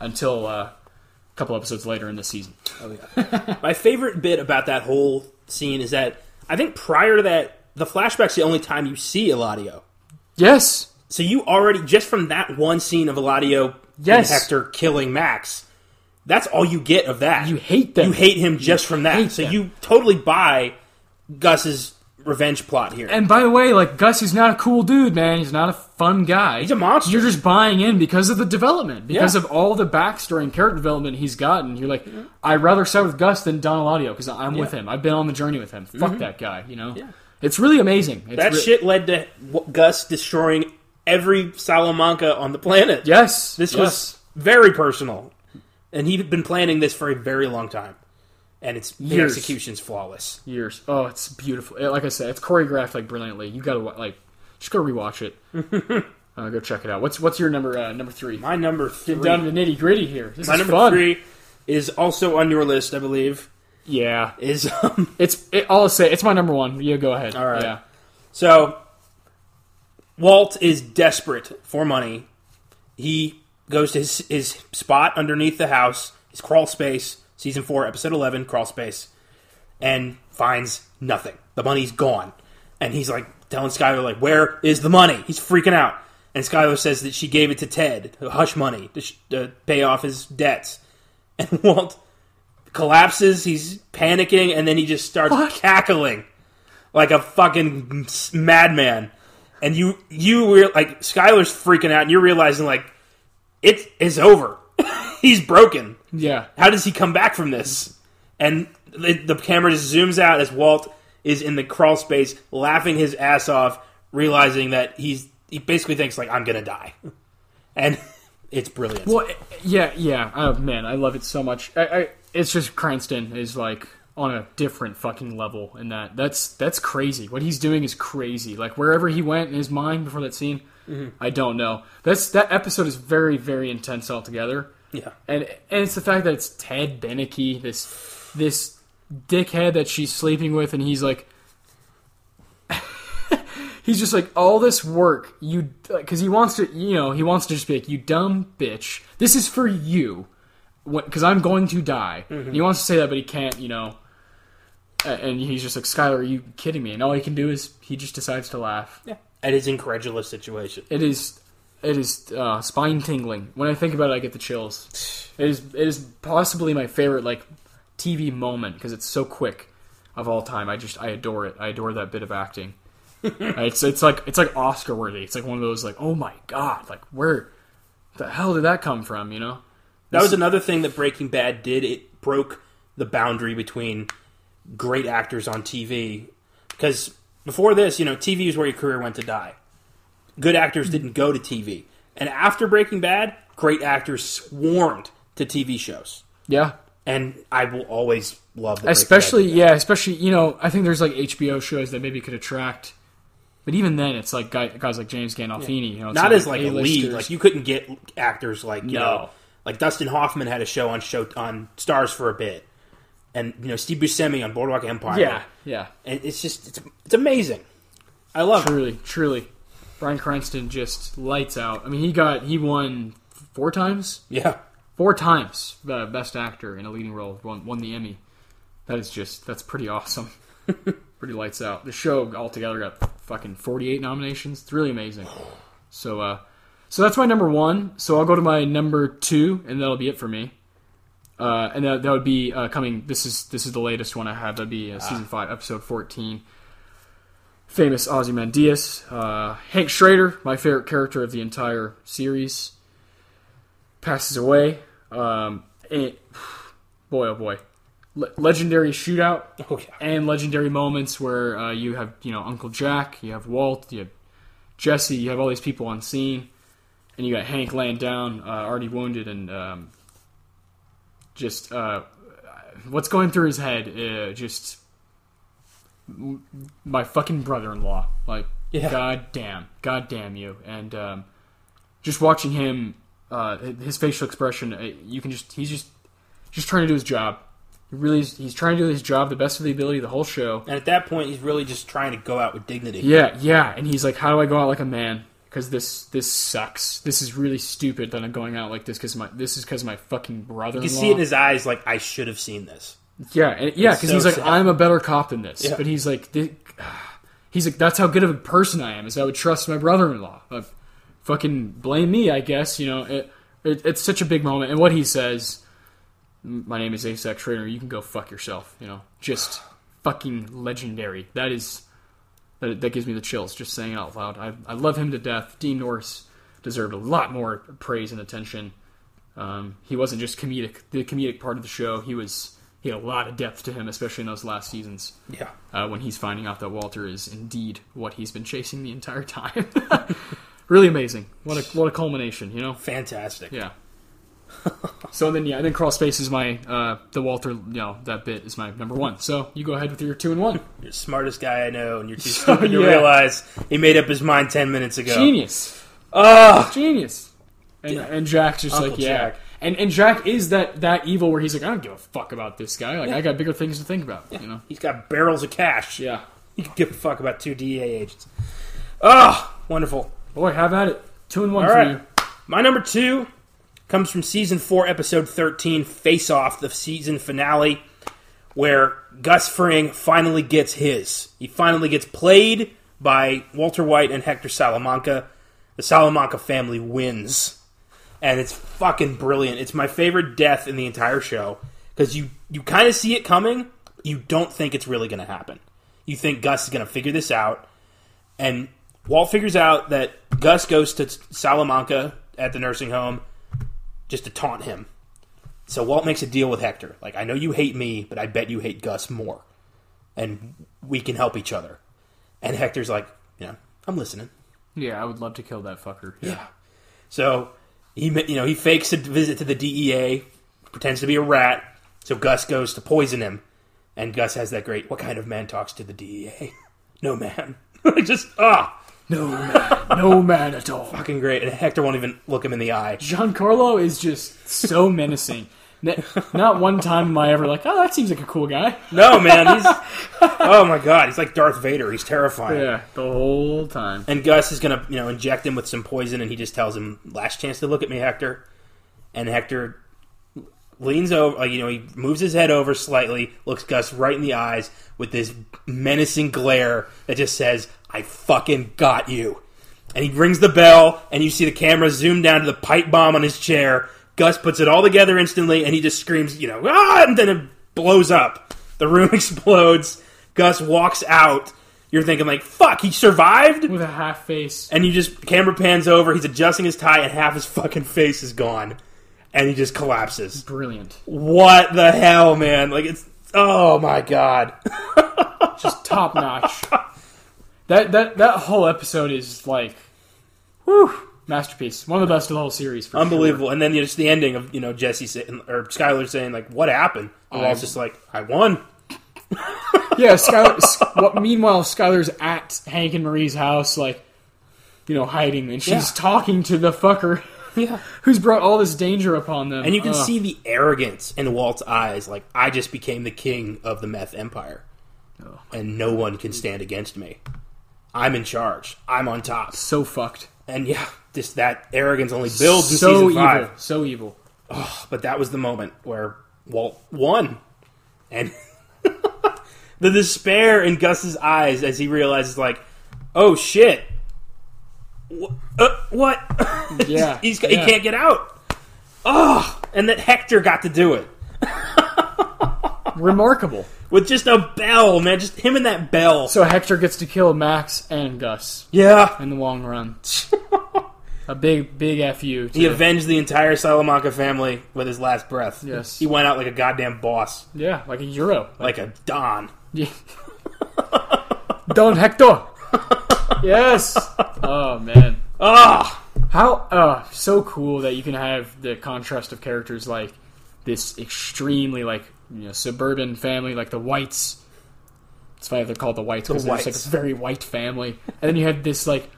S2: until uh, a couple episodes later in the season.
S1: My favorite bit about that whole scene is that I think prior to that, the flashback's the only time you see Eladio.
S2: Yes,
S1: So you already just from that one scene of Eladio
S2: Yes.
S1: and Hector killing Max, that's all you get of that.
S2: You hate them.
S1: You hate him just from that.
S2: hate
S1: So
S2: them.
S1: you totally buy Gus's revenge plot here.
S2: and by the way, like Gus is not a cool dude, man. He's not a fun guy.
S1: He's a monster.
S2: You're just buying in because of the development, because
S1: Yeah.
S2: of all the backstory and character development he's gotten. You're like, I'd rather side with Gus than Don Eladio because I'm with him. I've been on the journey with him. Fuck that guy, you know. It's really amazing. It's
S1: Mm-hmm. that
S2: re-
S1: shit led to w- Gus destroying every Salamanca on the planet.
S2: Yes.
S1: This
S2: yes.
S1: was very personal, and he'd been planning this for a very long time, and it's the
S2: Years.
S1: execution's flawless.
S2: years. Oh, it's beautiful. Eh, Like I said, it's choreographed like brilliantly. You gotta wa- like just go rewatch it. uh, go check it out. What's what's your number uh, number three?
S1: My number three,
S2: Get down to the nitty gritty here. This
S1: my
S2: is
S1: number
S2: fun.
S1: three, is also on your list, I believe.
S2: Yeah,
S1: Is um,
S2: it's it, I'll say it's my number one. You go ahead.
S1: All right.
S2: Yeah.
S1: so Walt is desperate for money. He goes to his his spot underneath the house, his crawl space, season four, episode eleven, crawl space, and finds nothing. The money's gone. And he's like telling Skyler, like, where is the money? He's freaking out. And And Skylar says that she gave it to Ted, hush money, to, sh- to pay off his debts. And Walt collapses, he's panicking, and then he just starts
S2: What?
S1: cackling like a fucking s- madman. And you, you were like, Skylar's freaking out, and you're realizing, like, it is over. he's broken.
S2: Yeah.
S1: How does he come back from this? And the, the camera just zooms out as Walt is in the crawl space, laughing his ass off, realizing that he's he basically thinks like I'm gonna die, and it's brilliant.
S2: Well, eh, yeah, yeah. Oh man, I love it so much. I, I, it's just Cranston is like on a different fucking level in that. That's that's crazy. What he's doing is crazy. Like wherever he went in his mind before that scene, I don't know. That's that episode is very very intense altogether.
S1: yeah,
S2: And and it's the fact that it's Ted Beneke, this this dickhead that she's sleeping with, and he's like, he's just like all this work you because he wants to you know he wants to just be like you dumb bitch this is for you because I'm going to die. And he wants to say that, but he can't, you know. A- And he's just like Skylar, are you kidding me? And all he can do is he just decides to laugh.
S1: yeah, it is incredulous situation.
S2: It is, it is uh, spine tingling. When I think about it, I get the chills. It is, it is possibly my favorite like TV moment because it's so quick of all time. I just I adore it. I adore that bit of acting. it's it's like it's like Oscar worthy. It's like one of those like oh my god, like where the hell did that come from? You know?
S1: That was another thing that Breaking Bad did. It broke the boundary between great actors on TV because before this, you know, TV is where your career went to die. Good actors didn't go to TV, and after Breaking Bad, great actors swarmed to TV shows.
S2: Yeah.
S1: And I will always love that. Breaking Bad
S2: especially
S1: did that.
S2: yeah especially you know i think there's like hbo shows that maybe could attract but even then it's like guy, guys like james gandolfini you know it's
S1: not as like a lead.
S2: A-listers.
S1: Like you couldn't get actors like you
S2: No.
S1: know, like Dustin Hoffman had a show on show on Stars for a bit, and you know Steve Buscemi on Boardwalk Empire.
S2: yeah yeah
S1: and it's just it's, it's amazing. I love it.
S2: truly truly brian cranston just lights out i mean he got he won four times
S1: Yeah,
S2: four times uh, best actor in a leading role won, won the emmy that is just that's pretty awesome pretty lights out the show altogether got fucking 48 nominations it's really amazing so uh so that's my number one so i'll go to my number two and that'll be it for me uh, and that, that would be uh, coming this is this is the latest one i have that'd be uh, season five episode 14 famous ozymandias uh, hank schrader my favorite character of the entire series passes away. Um, and, boy, oh boy, Le- legendary shootout
S1: oh yeah,
S2: and legendary moments where uh, you have you know Uncle Jack, you have Walt, you have Jesse, you have all these people on scene, and you got Hank laying down, uh, already wounded, and um, just uh, what's going through his head? Uh, just m- my fucking brother-in-law, like
S1: Yeah.
S2: god damn, god damn you, and um, just watching him, uh, his facial expression, uh, you can just he's just just trying to do his job. He really is, he's trying to do his job the best of the ability the whole show.
S1: and at that point he's really just trying to go out with dignity.
S2: Yeah, yeah, and he's like, "How do I go out like a man? Because this this sucks. This is really stupid that I'm going out like this because my this is because my fucking brother."
S1: You can see it in his eyes, like I should have seen this.
S2: yeah, and, yeah, because
S1: so
S2: he's like,
S1: sad.
S2: "I'm a better cop than this,"
S1: Yeah.
S2: but he's like, thi- "He's like, that's how good of a person I am is I would trust my brother-in-law." Like, fucking blame me, I guess. You know, it, it, it's such a big moment, and what he says. My name is Asac Trainer. You can go fuck yourself. You know, just fucking legendary. That is that, that gives me the chills just saying it out loud. I, I love him to death. Dean Norris deserved a lot more praise and attention. Um, he wasn't just comedic, the comedic part of the show. He was he had a lot of depth to him, especially in those last seasons
S1: Yeah,
S2: uh, when he's finding out that Walter is indeed what he's been chasing the entire time. really amazing. What a what a culmination, you know?
S1: fantastic.
S2: Yeah. so then yeah, and then crawl space is my uh, the Walter you know that bit is my number one. So you go ahead with your two and one.
S1: You're the smartest guy I know, and you're too
S2: So,
S1: stupid to
S2: yeah.
S1: realize he made up his mind ten minutes ago.
S2: Genius.
S1: Ugh.
S2: genius. And, and Jack's just
S1: Uncle
S2: like, yeah.
S1: Jack.
S2: And and Jack is that that evil where he's like, I don't give a fuck about this guy. Like I got bigger things to think about. You know.
S1: he's got barrels of cash.
S2: Yeah.
S1: He could give a fuck about two DEA agents. Ugh, wonderful.
S2: Boy, have at it. Two and one
S1: All
S2: for
S1: right.
S2: you.
S1: My number two comes from season four, episode 13, Face Off, the season finale, where Gus Fring finally gets his. He finally gets played by Walter White and Hector Salamanca. The Salamanca family wins, and it's fucking brilliant. It's my favorite death in the entire show because you you kind of see it coming. but You don't think it's really going to happen. You think Gus is going to figure this out, and Walt figures out that Gus goes to Salamanca at the nursing home just to taunt him. So Walt makes a deal with Hector. Like, I know you hate me, but I bet you hate Gus more. And we can help each other. And Hector's like, you know, I'm listening.
S2: Yeah, I would love to kill that fucker.
S1: Yeah. So he, ma- you know, he fakes a visit to the DEA, pretends to be a rat. So Gus goes to poison him, and Gus has that great. What kind of man talks to the DEA? No man. Just ah,
S2: No man. no man at all.
S1: fucking great. And Hector won't even look him in the eye.
S2: Giancarlo is just so menacing. N- Not one time am I ever like, oh, that seems like a cool guy.
S1: No man. He's oh my god. He's like Darth Vader. He's terrifying.
S2: Yeah, the whole time.
S1: And Gus is gonna, you know, inject him with some poison, and he just tells him, "Last chance to look at me, Hector." And Hector leans over, like you know, he moves his head over slightly, looks Gus right in the eyes with this menacing glare that just says, "I fucking got you." And he rings the bell, and you see the camera zoom down to the pipe bomb on his chair. Gus puts it all together instantly, and he just screams, you know, ah, and then it blows up. The room explodes. Gus walks out. You're thinking like, fuck, he survived.
S2: With a half face.
S1: And you just camera pans over. He's adjusting his tie, and half his fucking face is gone, and he just collapses.
S2: Brilliant.
S1: What the hell, man? Like it's oh my god.
S2: Just top notch. That, that, that whole episode is like, whew, masterpiece. One of the best of the whole series. For sure.
S1: Unbelievable. And then just the ending of you know Jesse saying or Skylar saying like, "What happened?" And Walt's just like, "I won."
S2: Yeah, Skylar. S- what, meanwhile, Skylar's at Hank and Marie's house, like, you know, hiding, and she's
S1: Yeah.
S2: talking to the fucker
S1: Yeah.
S2: who's brought all this danger upon them.
S1: And you can
S2: Ugh.
S1: see the arrogance in Walt's eyes. Like I just became the king of the meth empire, and no one can stand against me. I'm in charge. I'm on top.
S2: so fucked.
S1: And yeah, just that arrogance only builds in
S2: so
S1: season five.
S2: evil. So evil.
S1: But that was the moment where Walt won. And the despair in Gus's eyes as he realizes, like, oh shit. Wh- uh, what?
S2: Yeah,
S1: He's,
S2: yeah.
S1: He can't get out. Oh, and that Hector got to do it.
S2: Remarkable.
S1: With just a bell, man. Just him and that bell.
S2: So Hector gets to kill Max and Gus
S1: yeah.
S2: in the long run. A big, big fu. To
S1: He avenged the entire Salamanca family with his last breath.
S2: Yes.
S1: He went out like a goddamn boss,
S2: yeah, like a euro.
S1: like a Don.
S2: Yeah. Don Hector. yes. Oh man.
S1: Ah!
S2: How uh so cool that you can have the contrast of characters like this extremely like you know suburban family like the Whites. It's funny they're called the Whites because it's like
S1: Whites.
S2: a very white family, and then you have this like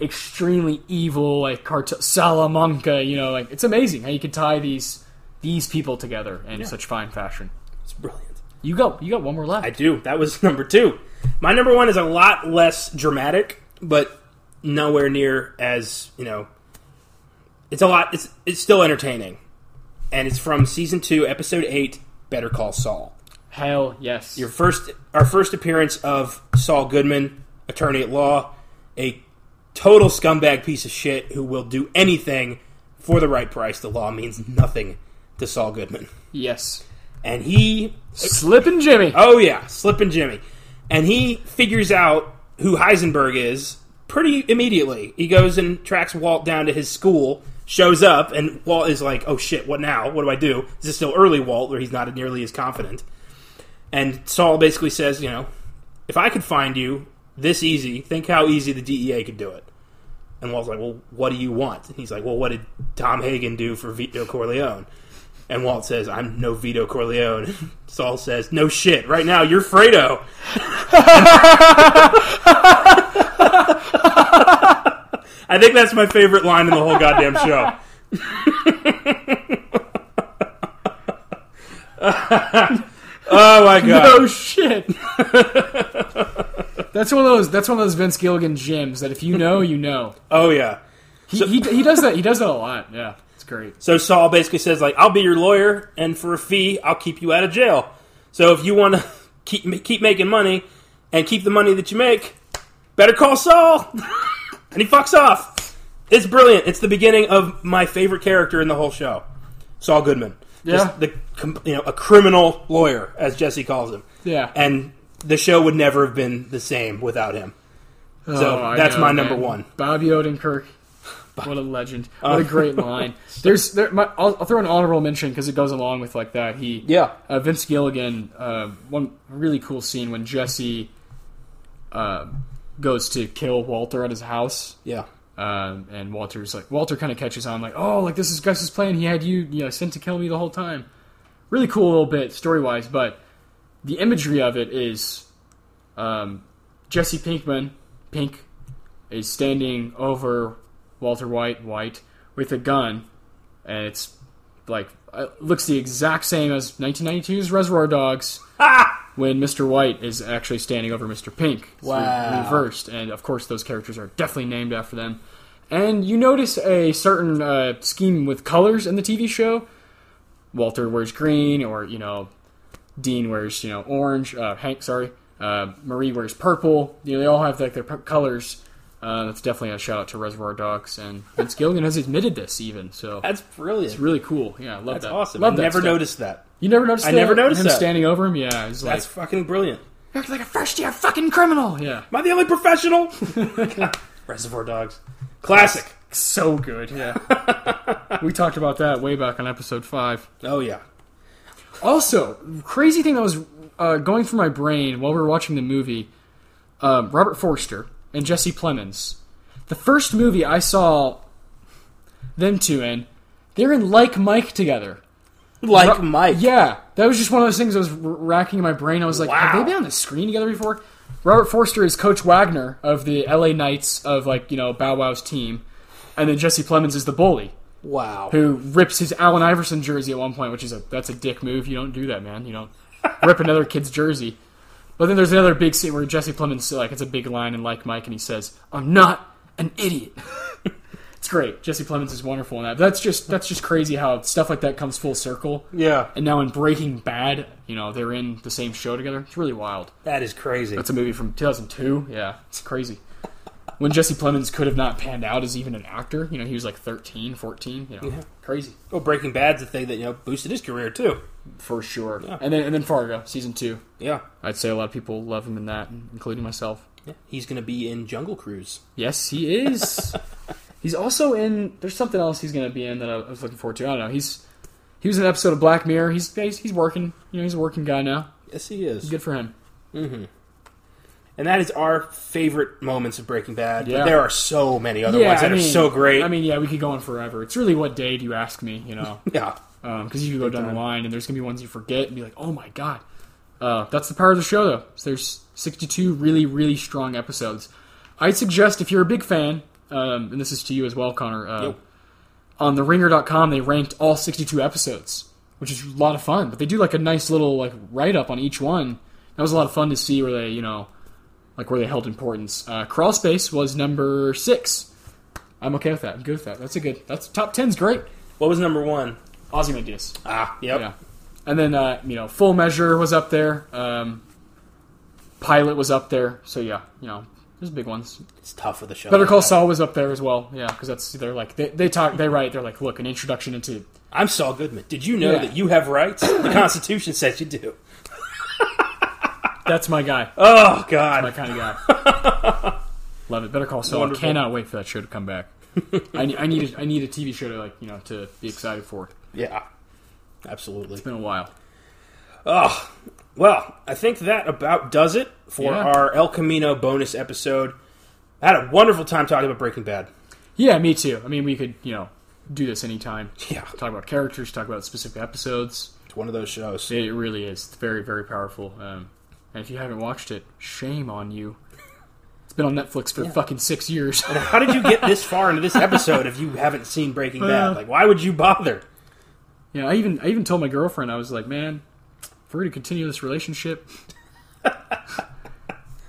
S2: extremely evil like cartel Salamanca. You know, like it's amazing how you can tie these these people together in such fine fashion.
S1: It's brilliant.
S2: You go, you got one more left.
S1: I do. That was number two. My number one is a lot less dramatic, but nowhere near as you know. It's a lot. It's it's still entertaining, and it's from season two, episode eight. Better Call Saul.
S2: Hell yes,
S1: Your first, our first appearance of Saul Goodman, attorney at law, a total scumbag piece of shit who will do anything for the right price. The law means nothing to Saul Goodman,
S2: yes.
S1: and he
S2: Slippin' Jimmy.
S1: Oh yeah, Slippin' Jimmy, and he figures out who Heisenberg is pretty immediately. He goes and tracks Walt down to his school, shows up, and Walt is like, "Oh shit, what now? What do I do? Is this still early, Walt, where he's not nearly as confident?" And Saul basically says, "You know, if I could find you this easy, think how easy the DEA could do it." And Walt's like, "Well, what do you want?" And he's like, "Well, what did Tom Hagen do for Vito Corleone?" And Walt says, "I'm no Vito Corleone." Saul says, "No shit. Right now, you're Fredo." I think that's my favorite line in the whole goddamn show. oh my god!
S2: Oh shit! that's one of those. That's one of those Vince Gilligan gems that if you know, you know.
S1: Oh yeah.
S2: He, he, he does that. He does that a lot. Yeah, it's great.
S1: So Saul basically says, like, I'll be your lawyer, and for a fee, I'll keep you out of jail. So if you want to keep keep making money and keep the money that you make, better call Saul. and he fucks off. It's brilliant. It's the beginning of my favorite character in the whole show, Saul Goodman.
S2: Yeah.
S1: the com- you know a criminal lawyer as Jesse calls him,
S2: Yeah.
S1: and the show would never have been the same without him. so
S2: Oh, I
S1: that's
S2: know,
S1: my number
S2: man.
S1: one.
S2: Bobby Odenkirk. What a legend! What a great line. There's, there, my, I'll, I'll throw an honorable mention because it goes along with like that. He,
S1: Yeah.
S2: uh, Vince Gilligan. Uh, one really cool scene when Jesse uh, goes to kill Walter at his house,
S1: Yeah.
S2: um, and Walter's like, Walter kind of catches on, like, oh, like this is Gus's plan. He had you, you know, sent to kill me the whole time. Really cool little bit story wise, but the imagery of it is um, Jesse Pinkman, Pink, is standing over Walter White, White, with a gun, and it's like uh, looks the exact same as 1992's Reservoir Dogs. When Mr. White is actually standing over Mr. Pink, It's re-
S1: Wow.
S2: reversed, and of course those characters are definitely named after them. And you notice a certain uh, scheme with colors in the TV show. Walter wears green, or you know, Dean wears you know orange. Uh, Hank, sorry, uh, Marie wears purple. You know, they all have like their p- colors. Uh, that's definitely a shout out to Reservoir Dogs, and Vince Gilligan has admitted this even. So
S1: That's brilliant.
S2: it's really cool. Yeah, I love
S1: That's
S2: that.
S1: awesome.
S2: Love
S1: I
S2: that
S1: never
S2: stuff.
S1: noticed that.
S2: You never noticed.
S1: I
S2: that?
S1: never noticed
S2: him
S1: that.
S2: standing over him. Yeah, he's like
S1: That's fucking brilliant.
S2: you're like a first year fucking criminal. Yeah,
S1: Am I the only professional? Reservoir Dogs. Classic.
S2: so good. Yeah, we talked about that way back on episode five.
S1: Oh, yeah.
S2: Also, crazy thing that was uh, going through my brain while we were watching the movie um, Robert Forster and Jesse Plemons. The first movie I saw them two in, they're in Like Mike together.
S1: Like Mike.
S2: Yeah, that was just one of those things that was r- racking in my brain. I was like, have
S1: Wow.
S2: they been on the screen together before? Robert Forster is Coach Wagner of the LA Knights of, like, you know, Bow Wow's team. And then Jesse Plemons is the bully
S1: Wow.
S2: who rips his Allen Iverson jersey at one point, which is a that's a dick move. You don't do that, man. You don't rip another kid's jersey. But then there's another big scene where Jesse Plemons like it's a big line in like Mike, and he says, "I'm not an idiot." it's great. Jesse Plemons is wonderful in that. But that's just that's just crazy how stuff like that comes full circle.
S1: Yeah.
S2: And now in Breaking Bad, you know they're in the same show together. It's really wild.
S1: That is crazy.
S2: That's a movie from 2002. Yeah, it's crazy. When Jesse Plemons could have not panned out as even an actor, you know, he was like 13, 14, you know, crazy.
S1: Well, Breaking Bad's a thing that, you know, boosted his career, too.
S2: for sure. And then and then Fargo season two.
S1: Yeah.
S2: I'd say a lot of people love him in that, including myself.
S1: yeah. He's going to be in Jungle Cruise.
S2: Yes, he is. he's also in. There's something else he's going to be in that I was looking forward to. I don't know. He's he was in an episode of Black Mirror. He's he's, he's working. You know, he's a working guy now.
S1: Yes, he is.
S2: Good for him.
S1: And that is our favorite moments of Breaking Bad.
S2: Yeah.
S1: But there are so many other ones that are so great.
S2: I mean, yeah, we could go on forever. It's really what day do you ask me? You know,
S1: yeah.
S2: because Um, you could go down the line and there's gonna be ones you forget and be like, oh my god. Uh, that's the power of the show, though. So there's 62 really, really strong episodes. I'd suggest if you're a big fan, um, and this is to you as well, Connor. Uh,
S1: Yep.
S2: On the Ringer.com, they ranked all 62 episodes, which is a lot of fun. But they do like a nice little like write up on each one. That was a lot of fun to see where they, you know, like where they held importance. Uh, Crawl Space was number six. I'm okay with that. I'm good with that. That's a good. That's top 10's great.
S1: What was number one?
S2: Ozymandias.
S1: Ah, yep.
S2: Yeah. And then, uh, you know, Full Measure was up there. Um, Pilot was up there. So, yeah, you know, there's big ones.
S1: It's tough with the show.
S2: Better
S1: like
S2: Call
S1: that.
S2: Saul was up there as well. Yeah, because that's, they're like, they, they talk, they write, they're like, look, an introduction into.
S1: I'm Saul Goodman. Did you know
S2: Yeah.
S1: that you have rights? The Constitution says you do.
S2: That's my guy.
S1: Oh, God.
S2: My kind of guy. Love it. Better Call Saul.
S1: Wonderful.
S2: I cannot wait for that show to come back. I, ne- I, need a, I need a TV show to, like, you know, to be excited for. It's
S1: Yeah, absolutely.
S2: been a while.
S1: Oh, well, I think that about does it for
S2: Yeah.
S1: our El Camino bonus episode. I had a wonderful time talking about Breaking Bad.
S2: Yeah, me too. I mean, we could, you know, do this anytime.
S1: Yeah,
S2: Talk about characters, talk about specific episodes.
S1: it's one of those shows.
S2: It really is. It's very, very powerful. Um, and if you haven't watched it, shame on you. It's been on Netflix for fucking six years.
S1: How did you get this far into this episode if you haven't seen Breaking Bad? Like, why would you bother?
S2: yeah, I even I even told my girlfriend I was like, man, if we're gonna continue this relationship,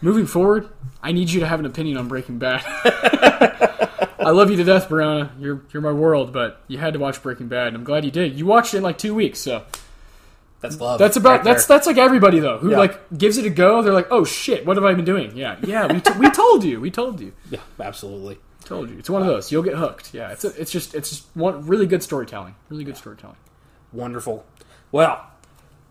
S2: moving forward, I need you to have an opinion on Breaking Bad. I love you to death, Brianna. You're you're my world, but you had to watch Breaking Bad, and I'm glad you did. You watched it in like two weeks, so
S1: That's love.
S2: That's about
S1: right
S2: that's
S1: there.
S2: that's like everybody though who
S1: Yeah.
S2: like gives it a go. They're like, oh shit, what have I been doing? Yeah, yeah, we, t- we told you, we told you.
S1: yeah, absolutely.
S2: Told you, it's one of those. You'll get hooked. Yeah, it's a, it's just it's just one really good storytelling. Really good storytelling.
S1: Wonderful. Well,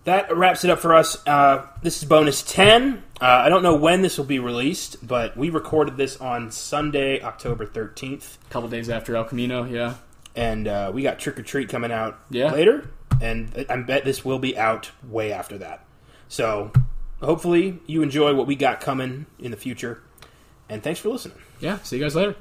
S1: that wraps it up for us. Uh, this is bonus 10. Uh, I don't know when this will be released, but we recorded this on Sunday, October 13th.
S2: A couple days after El Camino, yeah.
S1: And uh, we got Trick or Treat coming out
S2: Yeah.
S1: later. And I- I bet this will be out way after that. So hopefully you enjoy what we got coming in the future. And thanks for listening.
S2: Yeah. See you guys later.